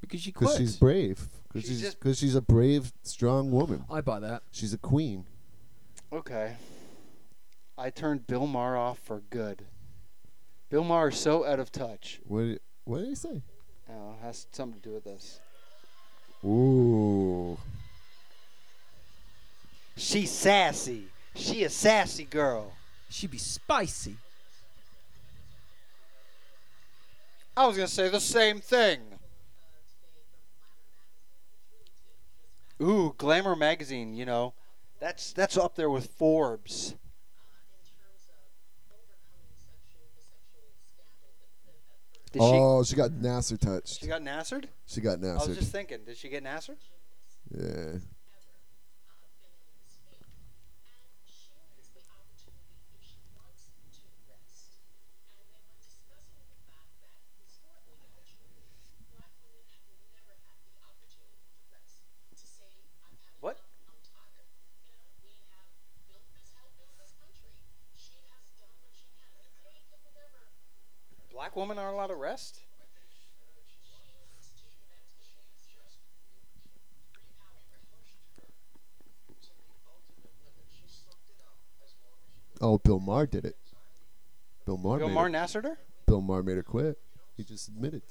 Speaker 2: Because she
Speaker 1: because
Speaker 2: quit.
Speaker 1: she's brave. Because
Speaker 4: She's
Speaker 1: she's
Speaker 4: just-
Speaker 1: because she's a brave, strong woman.
Speaker 2: I buy that.
Speaker 1: She's a queen.
Speaker 4: Okay. I turned Bill Maher off for good. Bill Maher is so out of touch.
Speaker 1: What did, what did he say?
Speaker 4: Oh, it has something to do with this.
Speaker 1: Ooh.
Speaker 4: She's sassy. She a sassy girl.
Speaker 2: She be spicy.
Speaker 4: I was gonna say the same thing. Ooh, Glamour magazine, you know, that's that's up there with Forbes. Did
Speaker 1: oh, she, got Nasser touched.
Speaker 4: she, she got Nassered?
Speaker 1: She got
Speaker 4: I was
Speaker 1: Nasser.
Speaker 4: just thinking, did she get Nassered?
Speaker 1: Yeah.
Speaker 4: What? Black women aren't allowed to rest?
Speaker 1: Oh, Bill Maher did it. Bill Maher.
Speaker 4: Bill
Speaker 1: made
Speaker 4: Maher
Speaker 1: Her,
Speaker 4: Nassered her?
Speaker 1: Bill Maher made her quit. He just admitted.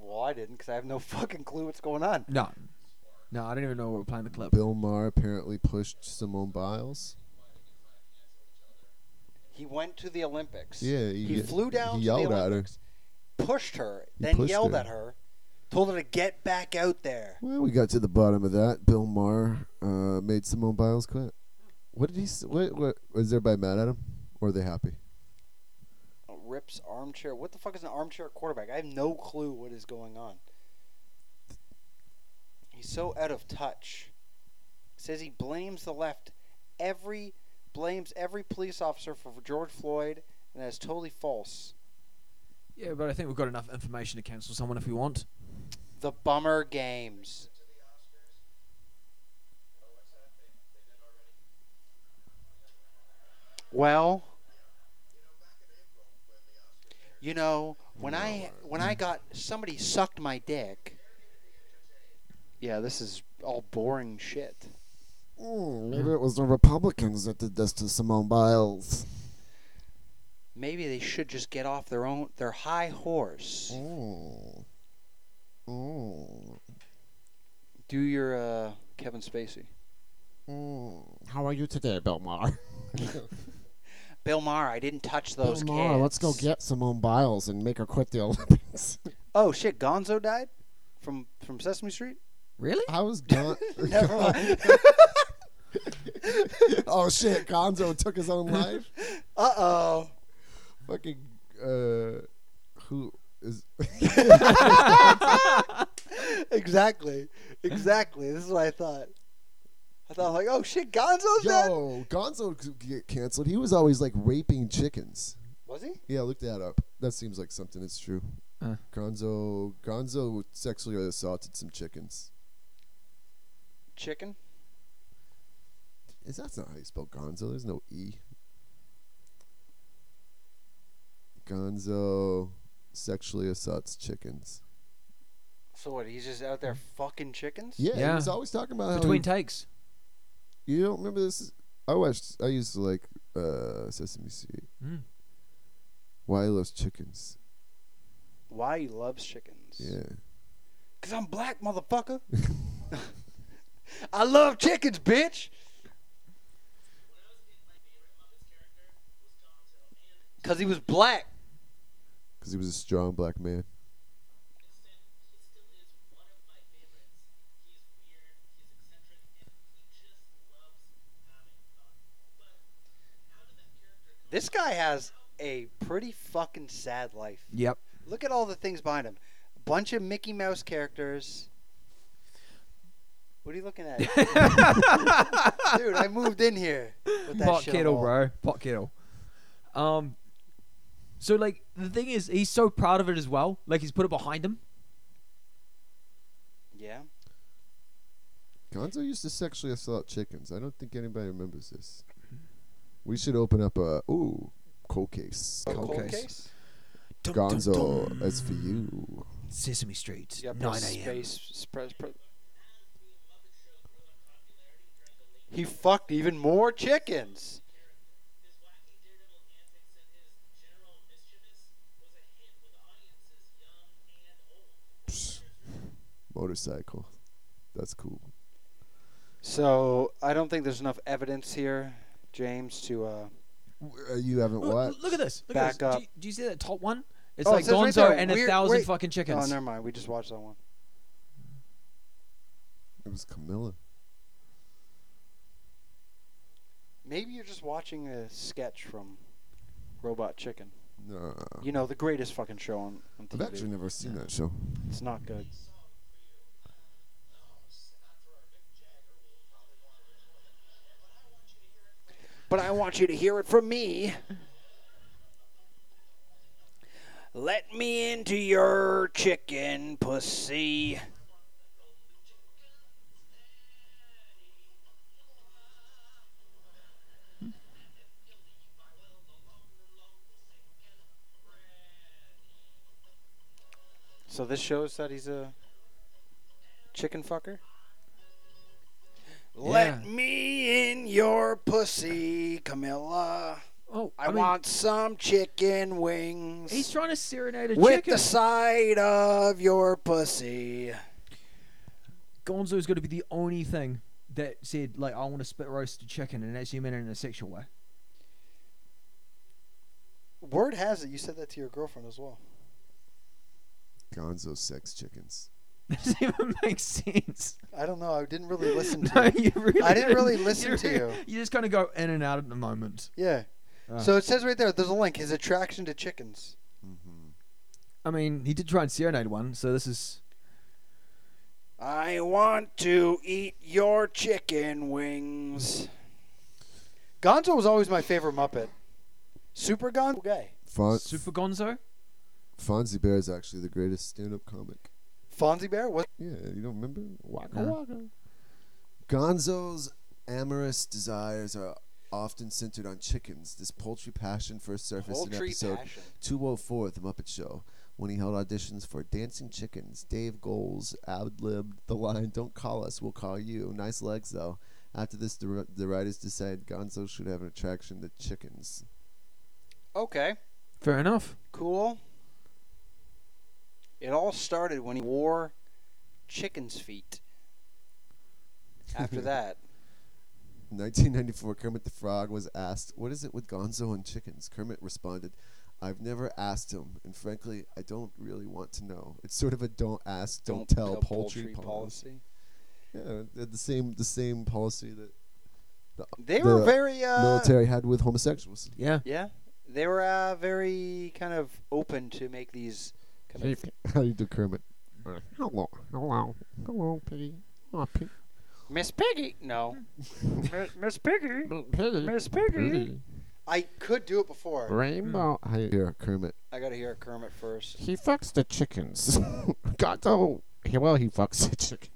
Speaker 4: Well, I didn't because I have no fucking clue what's going on.
Speaker 2: No. No, I don't even know we're playing the clip.
Speaker 1: Bill Maher apparently pushed Simone Biles.
Speaker 4: He went to the Olympics.
Speaker 1: Yeah,
Speaker 4: He,
Speaker 1: he, get-
Speaker 4: flew down
Speaker 1: He
Speaker 4: to the
Speaker 1: yelled at her.
Speaker 4: Olympics, pushed her,
Speaker 1: He
Speaker 4: then
Speaker 1: pushed
Speaker 4: yelled
Speaker 1: her.
Speaker 4: at her, told her to get back out there.
Speaker 1: Well, we got to the bottom of that. Bill Maher uh, made Simone Biles quit. What did he? s- What? What? Was everybody mad at him, or are they happy?
Speaker 4: Rips armchair. What the fuck is an armchair quarterback? I have no clue what is going on. He's so out of touch. Says he blames the left every blames every police officer for George Floyd and that is totally false.
Speaker 2: Yeah, but I think we've got enough information to cancel someone if we want.
Speaker 4: The bummer games. Well, you know, when I when I got somebody sucked my dick. Yeah, this is all boring shit.
Speaker 1: "Mm, maybe it was the Republicans that did this to Simone Biles.
Speaker 4: Maybe they should just get off their own their high horse.
Speaker 1: Mm. Mm.
Speaker 4: Do your uh, Kevin Spacey.
Speaker 1: Mm. How are you today, Bill Maher?
Speaker 4: Bill Maher, I didn't touch those
Speaker 1: Bill Maher,
Speaker 4: kids.
Speaker 1: let's go get Simone Biles and make her quit the Olympics.
Speaker 4: Oh shit, Gonzo died from from Sesame Street.
Speaker 5: Really?
Speaker 1: I was gone.
Speaker 4: Never mind.
Speaker 1: oh shit! Gonzo took his own life.
Speaker 4: uh oh.
Speaker 1: Fucking uh, who is?
Speaker 4: Exactly. Exactly. This is what I thought. I thought I'm like, oh shit, Gonzo's dead.
Speaker 1: Yo, Gonzo could get canceled. He was always like raping chickens.
Speaker 4: Was he?
Speaker 1: Yeah, look that up. That seems like something that's true.
Speaker 2: Huh.
Speaker 1: Gonzo Gonzo sexually assaulted some chickens.
Speaker 4: Chicken.
Speaker 1: Is that's not how you spell Gonzo? There's no e. Gonzo sexually assaults chickens.
Speaker 4: So what? He's just out there fucking chickens.
Speaker 1: Yeah, he
Speaker 2: Yeah.
Speaker 1: was always talking about how
Speaker 2: Between
Speaker 1: he-
Speaker 2: takes.
Speaker 1: you don't remember this. I watched. I used to like uh, Sesame Street.
Speaker 2: Mm.
Speaker 1: Why he loves chickens?
Speaker 4: Why he loves chickens?
Speaker 1: Yeah.
Speaker 4: Cause I'm black, motherfucker. I love chickens, bitch. Cause he was black.
Speaker 1: because he was a strong black man.
Speaker 4: This guy has a pretty fucking sad life.
Speaker 2: Yep.
Speaker 4: Look at all the things behind him. Bunch of Mickey Mouse characters. What are you looking at? Dude, I moved in here with that
Speaker 2: Pot
Speaker 4: shit
Speaker 2: kettle,
Speaker 4: all.
Speaker 2: bro. Pot kettle. Um. So like the thing is, he's so proud of it as well. Like he's put it behind him.
Speaker 4: Yeah.
Speaker 1: Gonzo used to sexually assault chickens. I don't think anybody remembers this. We should open up a ooh cold case.
Speaker 4: Oh,
Speaker 2: Cold
Speaker 4: cold
Speaker 2: case. Dum, dum, dum.
Speaker 1: Gonzo, that's for you.
Speaker 2: Sesame Street.
Speaker 4: Yeah,
Speaker 2: Nine a.m.
Speaker 4: space. Press, press. He fucked even more chickens.
Speaker 1: Psh. Motorcycle. That's cool.
Speaker 4: So I don't think there's enough evidence here, James, to. Uh,
Speaker 1: W- uh, You haven't
Speaker 2: Look,
Speaker 1: what?
Speaker 2: look at this. Look
Speaker 4: Back
Speaker 2: at this.
Speaker 4: up.
Speaker 2: Do, you, do you see that top one? It's
Speaker 4: Oh, it
Speaker 2: like
Speaker 4: says right
Speaker 2: Gonzo
Speaker 4: there,
Speaker 2: and a
Speaker 4: weird-
Speaker 2: thousand
Speaker 4: wait.
Speaker 2: fucking
Speaker 4: oh,
Speaker 2: chickens.
Speaker 4: never mind. We just watched that one.
Speaker 1: It was Camilla.
Speaker 4: Maybe you're just watching a sketch from Robot Chicken.
Speaker 1: No.
Speaker 4: You know, the greatest fucking show on, on
Speaker 1: I've
Speaker 4: TV.
Speaker 1: actually never seen that show.
Speaker 4: It's not good. But I want you to hear it from me. Let me into your chicken, pussy. So this shows that he's a chicken fucker. Let
Speaker 2: Yeah.
Speaker 4: me in your pussy, Camilla.
Speaker 2: Oh,
Speaker 4: I,
Speaker 2: mean,
Speaker 4: want some chicken wings
Speaker 2: He's trying to serenade a
Speaker 4: with
Speaker 2: chicken.
Speaker 4: the side of your pussy.
Speaker 2: Gonzo's going to be the only thing that said like I want to spit roast a chicken, and actually meant it in a sexual way.
Speaker 4: Word has it you said that to your girlfriend as well.
Speaker 1: Gonzo sex chickens.
Speaker 2: Doesn't even make sense.
Speaker 4: I don't know. I didn't really listen to.
Speaker 2: No,
Speaker 4: it.
Speaker 2: you really
Speaker 4: I didn't really listen to
Speaker 2: re-
Speaker 4: you.
Speaker 2: You just kind of go in and out at the moment.
Speaker 4: Yeah.
Speaker 2: Ah.
Speaker 4: So it says right there. There's a link. His attraction to chickens.
Speaker 1: Mm-hmm.
Speaker 2: I mean, he did try and serenade one, so this is
Speaker 4: I want to eat your chicken wings. Gonzo was always my favorite Muppet. Super Gonzo guy.
Speaker 1: Fon-
Speaker 2: Super Gonzo.
Speaker 1: Fonzie Bear is actually the greatest stand-up comic.
Speaker 4: Fonzie Bear was.
Speaker 1: Yeah, you don't remember? Waka
Speaker 2: No.
Speaker 1: waka. Gonzo's amorous desires are often centered on chickens. This poultry passion first surfaced in episode 204 of The Muppet Show when he held auditions for Dancing Chickens. Dave Goles ad libbed the line, Don't call us, we'll call you. Nice legs, though. After this, the, ri- the writers decide Gonzo should have an attraction to chickens.
Speaker 4: Okay,
Speaker 2: Fair enough.
Speaker 4: cool. It all started when he wore chicken's feet. After that,
Speaker 1: In 1994, Kermit the Frog was asked, What is it with Gonzo and chickens? Kermit responded, I've never asked him, and frankly, I don't really want to know. It's sort of a don't ask, don't, tell, poultry, policy. Yeah, they had the same the same policy that
Speaker 4: They
Speaker 1: The
Speaker 4: were very uh,
Speaker 1: military had with homosexuals.
Speaker 2: Yeah.
Speaker 4: Yeah, they were uh, very kind of open to make these kind of
Speaker 1: How do you do Kermit?
Speaker 5: Hello, hello, hello, Piggy. Oh, Pig-
Speaker 4: Miss Piggy. No, Miss Piggy.
Speaker 5: Piggy.
Speaker 4: Miss Piggy.
Speaker 5: Piggy.
Speaker 4: I could do it before.
Speaker 5: Rainbow.
Speaker 2: Hmm.
Speaker 5: I,
Speaker 1: Here, Kermit.
Speaker 4: I gotta hear Kermit first.
Speaker 5: he fucks the chickens. Gonzo. He, well, he fucks the chicken.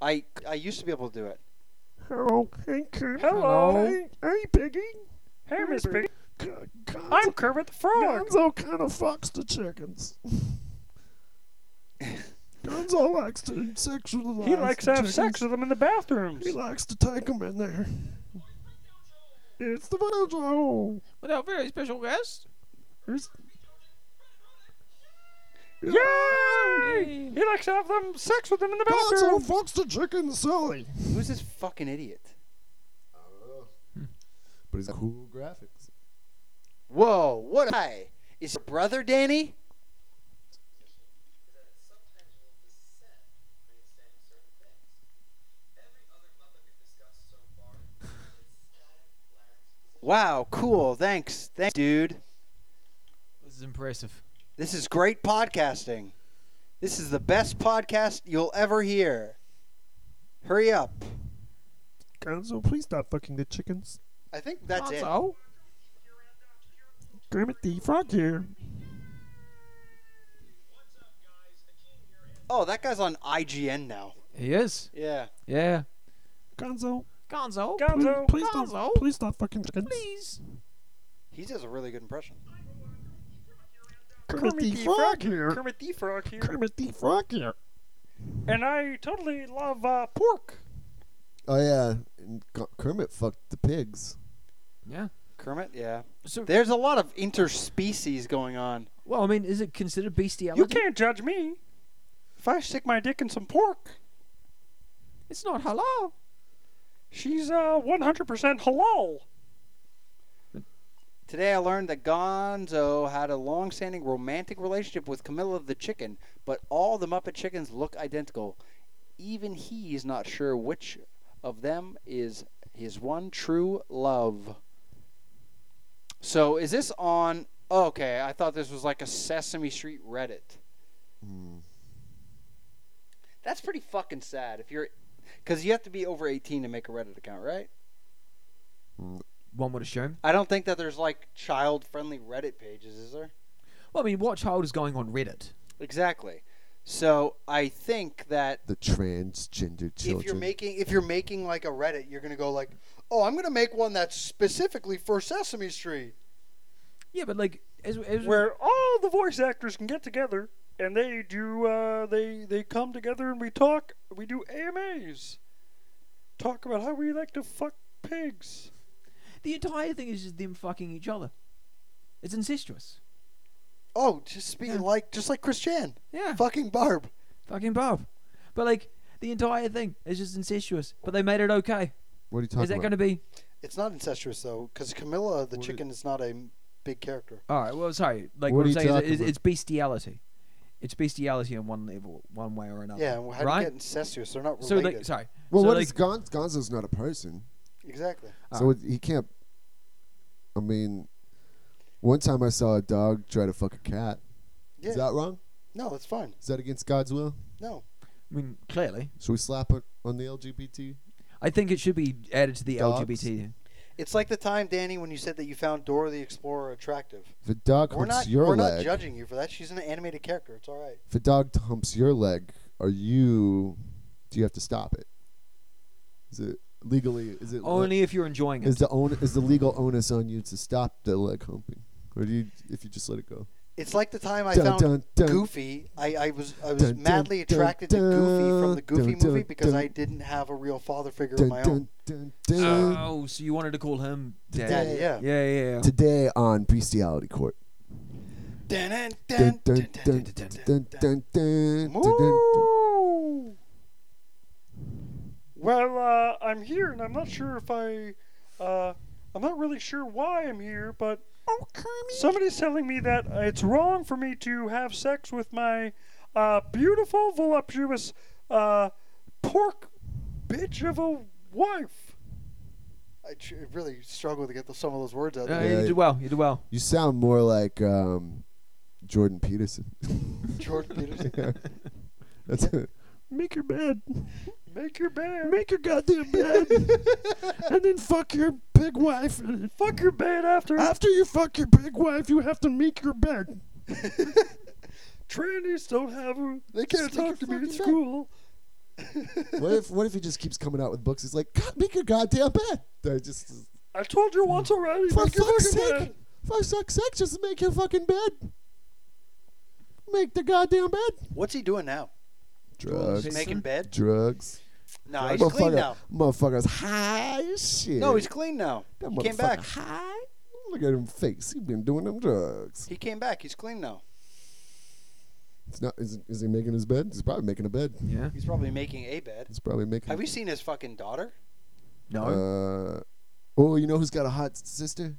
Speaker 4: I I used to be able to do it.
Speaker 5: Hello, hey, Kermit.
Speaker 2: Hello.
Speaker 5: Hey, hey, Piggy. Hey, Miss Piggy. I'm
Speaker 4: Kermit the
Speaker 5: Gonzo kind of fucks the chickens. Gonzo likes to sexualize. the chickens.
Speaker 4: with them in the bathrooms.
Speaker 5: He likes to take them in there. It's the banjo.
Speaker 2: With our very special guest.
Speaker 5: It's
Speaker 4: Yay! He likes to have them sex with them in the
Speaker 5: Gonzo fucks the chicken silly.
Speaker 4: Who's this fucking idiot?
Speaker 1: But he's cool graphics.
Speaker 4: Whoa! What? a guy. Is your brother Danny? Wow! Cool. Thanks. Thanks, dude.
Speaker 2: This is impressive.
Speaker 4: This is great podcasting. This is the best podcast you'll ever hear. Hurry up.
Speaker 5: Gonzo, please stop fucking the chickens.
Speaker 4: I think that's it.
Speaker 5: Gonzo. Kermit the Frog here.
Speaker 4: Oh, that guy's on IGN now.
Speaker 2: He is.
Speaker 4: Yeah.
Speaker 2: Yeah.
Speaker 5: Gonzo.
Speaker 2: Gonzo.
Speaker 5: Gonzo. Please, please
Speaker 2: Gonzo.
Speaker 5: stop. Please stop fucking chickens.
Speaker 2: Please.
Speaker 4: He does a really good impression.
Speaker 5: Kermit, the, Frog, here.
Speaker 4: Kermit the Frog here.
Speaker 5: Kermit the Frog here.
Speaker 4: And I totally love uh, pork.
Speaker 1: Oh yeah, and K- Kermit fucked the pigs.
Speaker 2: Yeah.
Speaker 4: Kermit, yeah.
Speaker 2: So,
Speaker 4: There's a lot of interspecies going on.
Speaker 2: well, I mean, is it considered bestiality?
Speaker 4: judge me. If I stick my dick in some pork,
Speaker 2: It's not halal.
Speaker 4: she's uh 100% halal. Today I learned that Gonzo had a long-standing romantic relationship with Camilla the chicken, but all the Muppet chickens look identical. Even he's not sure which of them is his one true love. So is this on? oh, Okay, I thought this was like a Sesame Street Reddit.
Speaker 1: Hmm.
Speaker 4: That's pretty fucking sad. If you're, because you have to be over 18 to make a Reddit account, right?
Speaker 1: Mm,
Speaker 2: One would assume.
Speaker 4: I don't think that there's like child-friendly Reddit pages, is there?
Speaker 2: Well, I mean, what child is going on Reddit?
Speaker 4: Exactly. So I think that
Speaker 1: The transgender children.
Speaker 4: if you're making if you're making like a Reddit, you're gonna go like, oh, I'm gonna make one that's specifically for Sesame Street,
Speaker 2: Yeah, but like, as, as
Speaker 4: all the voice actors can get together and they do uh, they they come together and we talk, we do AMAs, talk about how we like to fuck pigs.
Speaker 2: the entire thing is just them fucking each other. It's incestuous.
Speaker 4: Oh, just be like just like Chris Chan,
Speaker 2: Yeah.
Speaker 4: fucking Barb.
Speaker 2: Fucking Bob. But like, the entire thing is just incestuous. But they made it okay.
Speaker 1: what are you talking
Speaker 2: is that
Speaker 1: about?
Speaker 2: going to be?
Speaker 4: It's not incestuous though, because Camilla the
Speaker 1: What
Speaker 4: chicken is not a m- big character.
Speaker 2: All right. Well, sorry. Like
Speaker 1: What are
Speaker 2: what, I'm
Speaker 1: you
Speaker 2: saying
Speaker 1: talking
Speaker 2: is,
Speaker 1: about?
Speaker 2: it's bestiality. It's bestiality on one level, one way or another.
Speaker 4: Yeah, and how do you
Speaker 2: right.
Speaker 4: get incestuous? They're not related.
Speaker 2: so like, sorry.
Speaker 1: Well,
Speaker 2: so
Speaker 1: what
Speaker 2: like,
Speaker 1: is Gon- Gonzo's not a person,
Speaker 4: Exactly.
Speaker 1: so it, he can't. I mean, one time I saw a dog try to fuck a cat.
Speaker 4: Yeah.
Speaker 1: Is that wrong?
Speaker 4: no, it's fine.
Speaker 1: Is that against God's will?
Speaker 4: No.
Speaker 2: I mean, clearly,
Speaker 1: Should we slap it on the LGBT?
Speaker 2: I think it should be added to the
Speaker 1: Dogs.
Speaker 2: LGBT.
Speaker 4: It's like the time, Danny, when you said that you found Dora the Explorer attractive.
Speaker 1: If a dog
Speaker 4: We're
Speaker 1: humps
Speaker 4: not
Speaker 1: your
Speaker 4: we're not
Speaker 1: leg,
Speaker 4: judging you for that. She's an animated character. It's all right.
Speaker 1: if a dog humps your leg, are you? Do you have to stop it? Is it legally? Is it
Speaker 2: Only if you're enjoying
Speaker 1: Is
Speaker 2: it.
Speaker 1: the on, is the legal onus on you to stop the leg humping, or do you if you just let it go?
Speaker 4: It's like the time I
Speaker 1: Dun,
Speaker 4: found
Speaker 1: dun, dun.
Speaker 4: Goofy. I, I was I was
Speaker 1: Dun, dun,
Speaker 4: madly
Speaker 1: dun,
Speaker 4: attracted to Goofy from the
Speaker 1: dun,
Speaker 4: Goofy
Speaker 1: dun,
Speaker 4: movie because
Speaker 1: dun.
Speaker 4: I didn't have a real father figure of
Speaker 1: Dun,
Speaker 4: my own.
Speaker 1: dun, dun, dun.
Speaker 2: Oh, so you wanted to call him Dad?
Speaker 4: Dad, yeah.
Speaker 2: Yeah, yeah. yeah.
Speaker 1: Today on Bestiality Court.
Speaker 4: Dun, dun,
Speaker 1: Dun,
Speaker 4: dun,
Speaker 1: dun, dun,
Speaker 4: dun, dun,
Speaker 1: dun,
Speaker 4: dun.
Speaker 1: dun, dun, dun, dun.
Speaker 4: Moo. Well, uh, I'm here, and I'm not sure if I, uh, I'm not really sure why I'm here, but somebody's telling me that it's wrong for me to have sex with my uh, beautiful, voluptuous uh, pork bitch of a wife. I tr- really struggle to get the, some of those words out.
Speaker 2: Uh,
Speaker 4: there.
Speaker 1: Yeah.
Speaker 2: You did well. You did well.
Speaker 1: You sound more like um, Jordan Peterson.
Speaker 4: George Peterson,
Speaker 1: That's it.
Speaker 5: Make your bed.
Speaker 4: make your bed.
Speaker 5: Make your goddamn bed. and then fuck your big wife.
Speaker 4: fuck your bed after.
Speaker 5: After you fuck your big wife, you have to make your bed.
Speaker 4: Trannies don't have a.
Speaker 1: They can't talk to me in
Speaker 4: school.
Speaker 1: what if what if he just keeps coming out with books? He's like, God, make your goddamn bed. I just
Speaker 4: I told you once already.
Speaker 1: for fuck's sake, for fuck's sake, just make your fucking bed. Make the goddamn bed.
Speaker 4: What's he doing now?
Speaker 1: Drugs.
Speaker 4: He's making bed?
Speaker 1: Drugs.
Speaker 4: No, he's clean now.
Speaker 1: Motherfucker's high as shit.
Speaker 4: No, he's clean now.
Speaker 1: that
Speaker 4: He came
Speaker 1: motherfucker
Speaker 4: back.
Speaker 1: high. Look at him face. He been doing them drugs.
Speaker 4: He came back. He's clean now.
Speaker 1: It's not. Is, is he making his bed? He's probably making a bed.
Speaker 2: Yeah.
Speaker 4: He's probably making a bed.
Speaker 1: He's probably making.
Speaker 4: Have you seen his fucking daughter?
Speaker 2: No.
Speaker 1: Uh, oh, you know who's got a hot sister?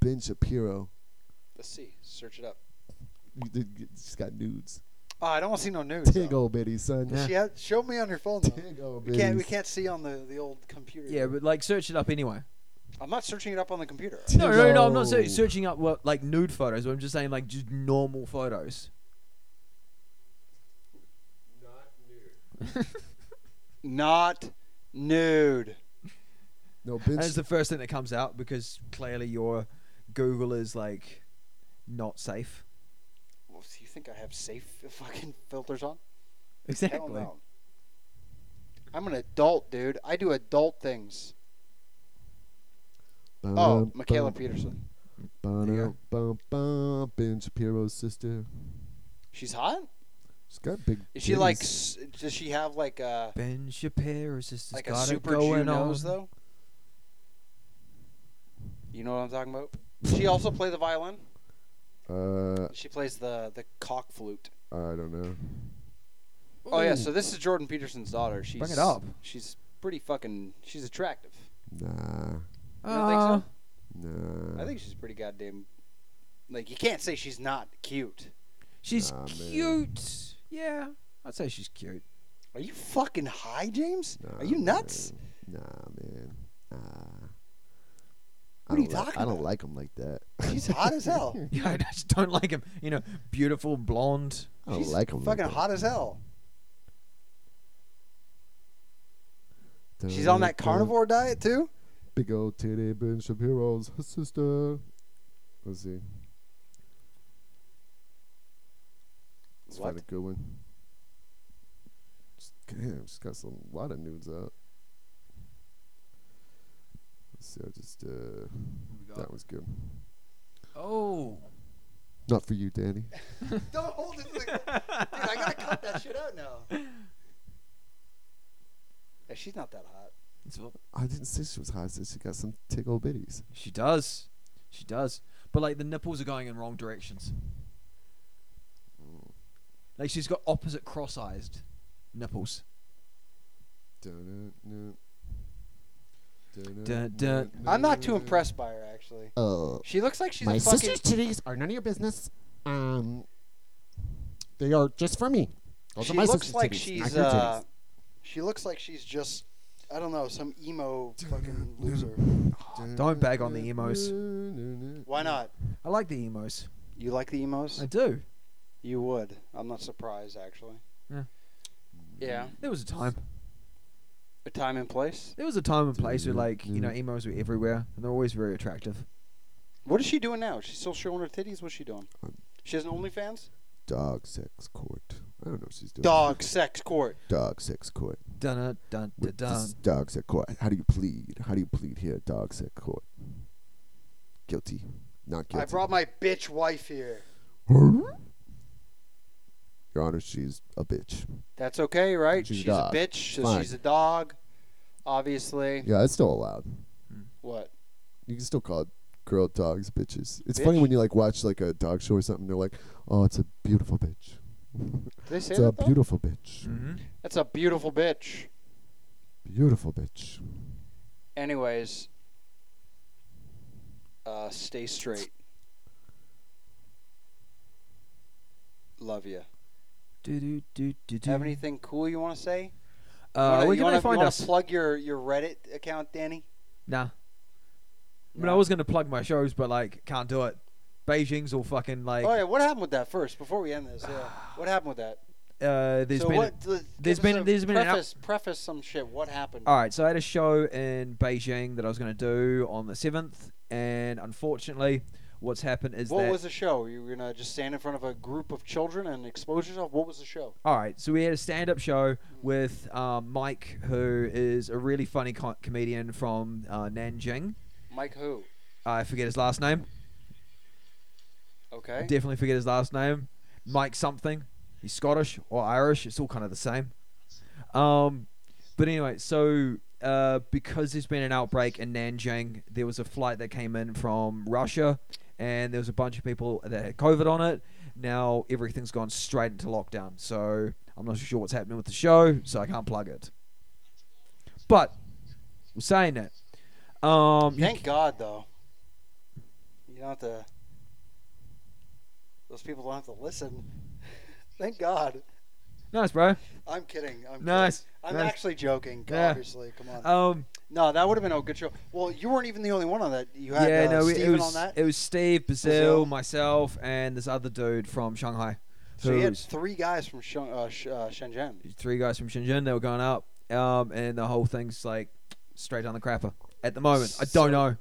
Speaker 1: Ben Shapiro.
Speaker 4: Let's see. Search it up.
Speaker 1: She's got nudes.
Speaker 4: Oh, I don't want to see no news.
Speaker 1: Tig old bitty, son.
Speaker 2: Yeah.
Speaker 4: She had, show me on your phone. Though.
Speaker 1: Tig old
Speaker 4: We
Speaker 1: bitty.
Speaker 4: can't. We can't see on the, the old computer.
Speaker 2: yeah, but like search it up anyway.
Speaker 4: I'm not searching it up on the computer.
Speaker 2: No, no, no. I'm not
Speaker 1: Yo.
Speaker 2: search- searching up what like nude photos. I'm just saying like just normal photos.
Speaker 4: Not nude.
Speaker 1: No, Ben.
Speaker 2: That's the first thing that comes out because clearly your Google is like not safe.
Speaker 4: Well, do you think I have safe fucking filters on? Hell
Speaker 2: Exactly.
Speaker 4: no. I'm an adult, dude. I do adult things.
Speaker 1: Bum,
Speaker 4: Oh,
Speaker 1: bum,
Speaker 4: Michaela
Speaker 1: bum,
Speaker 4: Peterson.
Speaker 1: bum,
Speaker 2: There you
Speaker 1: bum, bum, bum. Ben Shapiro's sister.
Speaker 4: She's hot.
Speaker 1: She's got big.
Speaker 4: Is she like?
Speaker 1: titties.
Speaker 4: s- Does she have like a
Speaker 2: Ben Shapiro's sister's
Speaker 4: like a
Speaker 2: got
Speaker 4: super
Speaker 2: it
Speaker 4: Jew
Speaker 2: going on.
Speaker 4: nose though? You know what I'm talking about. Does she also play the violin.
Speaker 1: Uh,
Speaker 4: She plays the the cock flute.
Speaker 1: I don't know.
Speaker 4: Oh yeah.
Speaker 2: Ooh.
Speaker 4: So this is Jordan Peterson's daughter. She's,
Speaker 2: it up.
Speaker 4: She's pretty fucking. She's attractive.
Speaker 1: Nah,
Speaker 2: Ah,
Speaker 4: You don't think
Speaker 2: Uh,
Speaker 4: so?
Speaker 1: nah.
Speaker 4: I think she's pretty goddamn. Like you can't say she's not cute.
Speaker 2: She's
Speaker 1: Nah, man.
Speaker 2: cute. Yeah, I'd say she's cute.
Speaker 4: Are you fucking high, James?
Speaker 1: Nah,
Speaker 4: Are you nuts?
Speaker 1: Man. Nah, man. Nah.
Speaker 4: What
Speaker 1: I
Speaker 4: are you
Speaker 1: don't like-
Speaker 4: talking
Speaker 1: I don't
Speaker 4: about?
Speaker 1: like him like that.
Speaker 4: She's hot as hell.
Speaker 2: Yeah, I just don't like him. You know, beautiful blonde.
Speaker 1: I don't
Speaker 4: She's
Speaker 1: like him.
Speaker 4: Fucking
Speaker 1: like
Speaker 4: hot as hell.
Speaker 1: That.
Speaker 4: She's on that
Speaker 1: Dun, dun,
Speaker 4: carnivore diet too.
Speaker 1: Big old titty Ben Shapiro's sister. Let's see. Let's find a
Speaker 4: What?
Speaker 1: good one. Just- Damn, she's got some lot of nudes out. Let's see, I just uh, that was good.
Speaker 2: Oh,
Speaker 1: Not for you, Danny.
Speaker 4: Don't hold it. to the- Dude, I gotta cut that shit out now. Yeah, she's not that hot.
Speaker 2: It's all-
Speaker 1: I didn't say she was hot. I said she got some tickle bitties.
Speaker 2: she does. She does. But like the nipples are going in wrong directions. Like she's got opposite cross-eyed nipples.
Speaker 1: Dun, dun, dun.
Speaker 2: Dun, dun.
Speaker 4: I'm not
Speaker 1: Mm.
Speaker 4: too impressed by her actually.
Speaker 1: Oh,
Speaker 4: She looks like she's
Speaker 5: My
Speaker 4: a fucking.
Speaker 5: sister's titties are none of your business. Um, they are just for me. Those
Speaker 4: She
Speaker 5: are my
Speaker 4: looks
Speaker 5: sister's
Speaker 4: like
Speaker 5: titties, not
Speaker 4: she's.
Speaker 5: your
Speaker 4: Uh,
Speaker 5: titties.
Speaker 4: she looks like she's just. I don't know, some emo fucking loser.
Speaker 2: Don't bag on the emos.
Speaker 4: Why not?
Speaker 2: I like the emos.
Speaker 4: You like the
Speaker 2: I
Speaker 4: emos?
Speaker 2: do.
Speaker 4: You would. I'm not surprised actually.
Speaker 2: Yeah.
Speaker 4: Yeah.
Speaker 2: There was a time.
Speaker 4: A time and place.
Speaker 2: There was a time and place where like you know emos were everywhere and they're always very attractive.
Speaker 4: What is she doing now? She's still showing her titties. What's she doing?
Speaker 1: Um,
Speaker 4: She has an OnlyFans.
Speaker 1: Dog sex court. I don't know what she's doing.
Speaker 4: Dog sex court.
Speaker 1: Dog sex court.
Speaker 2: Dun dun dun
Speaker 1: With
Speaker 2: dun.
Speaker 1: This dog sex court. How do you plead? How do you plead here, at dog sex court? Guilty. Not guilty.
Speaker 4: I brought my bitch wife here.
Speaker 1: Your Honor, she's a bitch.
Speaker 4: That's okay, right?
Speaker 1: She's a
Speaker 4: She's, a,
Speaker 1: dog.
Speaker 4: bitch, so
Speaker 1: Fine.
Speaker 4: she's a dog. Obviously.
Speaker 1: Yeah, it's still allowed.
Speaker 4: What?
Speaker 1: You can still call girl dogs bitches. It's funny when
Speaker 4: Bitch.
Speaker 1: you like watch like a dog show or something. They're like, "Oh, it's a beautiful bitch.
Speaker 4: Did they say
Speaker 1: It's a
Speaker 4: that? though?
Speaker 1: beautiful bitch.
Speaker 2: Mm-hmm.
Speaker 4: That's a beautiful bitch.
Speaker 1: Beautiful bitch."
Speaker 4: Anyways, uh, stay straight. Love you.
Speaker 2: Do, do, do, do, do.
Speaker 4: Have anything cool you want to say?
Speaker 2: Uh,
Speaker 4: Wanna-
Speaker 2: where
Speaker 4: you
Speaker 2: can
Speaker 4: wanna,
Speaker 2: I find
Speaker 4: you wanna
Speaker 2: us?
Speaker 4: Plug your, your Reddit account, Danny.
Speaker 2: nah. I mean, I
Speaker 4: No.
Speaker 2: was gonna plug my shows, but like, can't do it. Beijing's all fucking like.
Speaker 4: Oh yeah, what happened with that first? Before we end this, yeah. what happened with that?
Speaker 2: Uh, there's
Speaker 4: so
Speaker 2: been.
Speaker 4: what, th-
Speaker 2: there's
Speaker 4: give us
Speaker 2: been-
Speaker 4: a
Speaker 2: there's been an out-
Speaker 4: preface preface some shit. What happened?
Speaker 2: All right, so I had a show in Beijing that I was gonna do on the seventh, and unfortunately, what's happened is
Speaker 4: what
Speaker 2: that.
Speaker 4: was the show? You were gonna just stand in front of a group of children and expose yourself? What was the show?
Speaker 2: All right, so we had a stand-up show with um, Mike, who is a really funny co- comedian from uh, Nanjing.
Speaker 4: Mike who?
Speaker 2: I forget his last name.
Speaker 4: Okay.
Speaker 2: Definitely forget his last name. Mike something. He's Scottish or Irish. It's all kind of the same. Um, but anyway, so uh, because there's been an outbreak in Nanjing, there was a flight that came in from Russia, and there was a bunch of people that had COVID on it. Now everything's gone straight into lockdown. So I'm not sure what's happening with the show, so I can't plug it. But we're saying that. Um, you
Speaker 4: Thank God though. You don't have to. Those people don't have to listen. Thank God.
Speaker 2: c- nice, bro.
Speaker 4: I'm kidding. I'm
Speaker 2: Nice.
Speaker 4: Kidding. I'm
Speaker 2: Nice.
Speaker 4: actually joking.
Speaker 2: Yeah.
Speaker 4: Obviously, come on.
Speaker 2: Um,
Speaker 4: no, that would have been a good show. Well, you weren't even the only one on that. You had uh,
Speaker 2: it-
Speaker 4: Steven
Speaker 2: it was
Speaker 4: on that.
Speaker 2: it was Steve Brazil,
Speaker 4: Bazil.
Speaker 2: myself, and this other dude from Shanghai.
Speaker 4: so you had
Speaker 2: who's-
Speaker 4: three guys from Shung, uh, Sh- uh, Shenzhen.
Speaker 2: three guys from Shenzhen. They were going up, um, and the whole thing's like straight down the crapper at the moment. I don't know.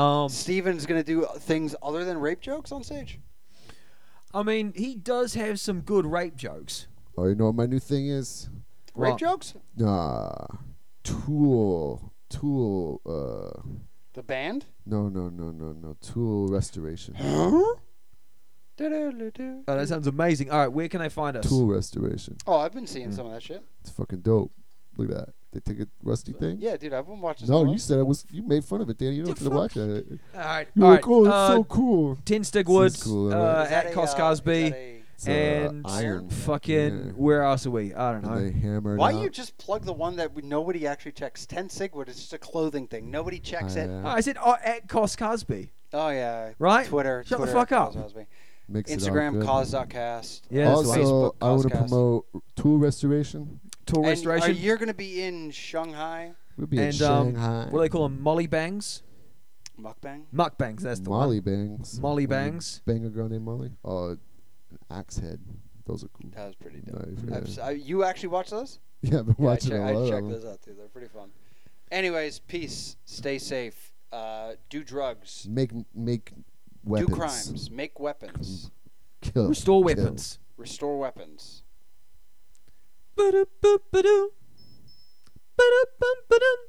Speaker 2: Um,
Speaker 4: Steven's gonna do things other than rape jokes on stage.
Speaker 2: I mean, he does have some good rape jokes.
Speaker 1: Oh, you know what my new thing is?
Speaker 4: Rape
Speaker 2: Well,
Speaker 4: jokes?
Speaker 1: Nah, Tool, Tool. Uh,
Speaker 4: The band?
Speaker 1: no, no, no, no, no. Tool restoration.
Speaker 4: Huh? Do-do-do-do.
Speaker 2: Oh, that sounds amazing. All right, where can they find us?
Speaker 1: Tool restoration.
Speaker 4: Oh, I've been seeing some of that shit.
Speaker 2: Mm.
Speaker 1: It's fucking dope. Look at that. They take a rusty thing.
Speaker 4: Yeah, dude, I've been watching. some
Speaker 1: No,
Speaker 4: of
Speaker 1: you
Speaker 4: that.
Speaker 1: said it was. You made fun of it, Danny. You don't have to watch that.
Speaker 2: All right,
Speaker 1: You're
Speaker 2: all
Speaker 1: like,
Speaker 2: right.
Speaker 1: oh, it's
Speaker 2: uh,
Speaker 1: so cool.
Speaker 2: Tin Stig Woods
Speaker 1: cool,
Speaker 2: uh,
Speaker 4: Is that
Speaker 2: at
Speaker 4: a,
Speaker 2: Cos
Speaker 4: uh, is that
Speaker 2: Cosby
Speaker 4: a-
Speaker 1: It's, uh,
Speaker 2: and
Speaker 1: iron.
Speaker 2: fucking
Speaker 1: Yeah.
Speaker 2: where else are we? I don't know.
Speaker 1: And they hammer it
Speaker 4: Why
Speaker 1: out.
Speaker 4: you just plug the one that we, nobody actually checks? Ten Sigwood is just a clothing thing. Nobody checks it.
Speaker 1: Uh,
Speaker 2: Oh, I said oh, at Cos Cosby.
Speaker 4: Oh yeah.
Speaker 2: Right?
Speaker 4: Twitter.
Speaker 2: Shut the
Speaker 4: Twitter,
Speaker 2: fuck up.
Speaker 4: Cos Osby.
Speaker 1: Makes it all
Speaker 4: Instagram
Speaker 1: good.
Speaker 4: cause.cast.
Speaker 2: Yeah, that's
Speaker 1: also,
Speaker 4: Facebook,
Speaker 1: I want to
Speaker 4: Coscast.
Speaker 1: promote Tool Restoration.
Speaker 2: Tool
Speaker 4: And
Speaker 2: restoration.
Speaker 4: Are you're gonna be in Shanghai?
Speaker 1: We'll be in
Speaker 2: and um,
Speaker 1: Shanghai.
Speaker 2: what do they call them? Molly bangs,
Speaker 4: Mukbang?
Speaker 2: muck bangs. That's the
Speaker 1: Molly
Speaker 2: one.
Speaker 1: bangs.
Speaker 2: Molly
Speaker 1: When you
Speaker 2: bangs.
Speaker 1: Bang a girl named Molly. Oh, an axe head. Those are cool.
Speaker 4: That was pretty dope.
Speaker 1: Knife,
Speaker 4: I've s-
Speaker 1: yeah.
Speaker 4: I- you actually watch those?
Speaker 1: yeah, I've been
Speaker 4: Yeah, I
Speaker 1: watching
Speaker 4: check-
Speaker 1: a lot
Speaker 4: I
Speaker 1: of
Speaker 4: check
Speaker 1: them.
Speaker 4: those out too. They're pretty fun. Anyways, peace. Stay safe. Uh, do drugs.
Speaker 1: Make make weapons.
Speaker 4: Do crimes. Make weapons.
Speaker 1: Kill.
Speaker 2: Restore
Speaker 1: kill.
Speaker 2: weapons.
Speaker 4: Restore weapons.
Speaker 2: Ba-da-ba-ba-doo. Ba-da-bum-ba-dum.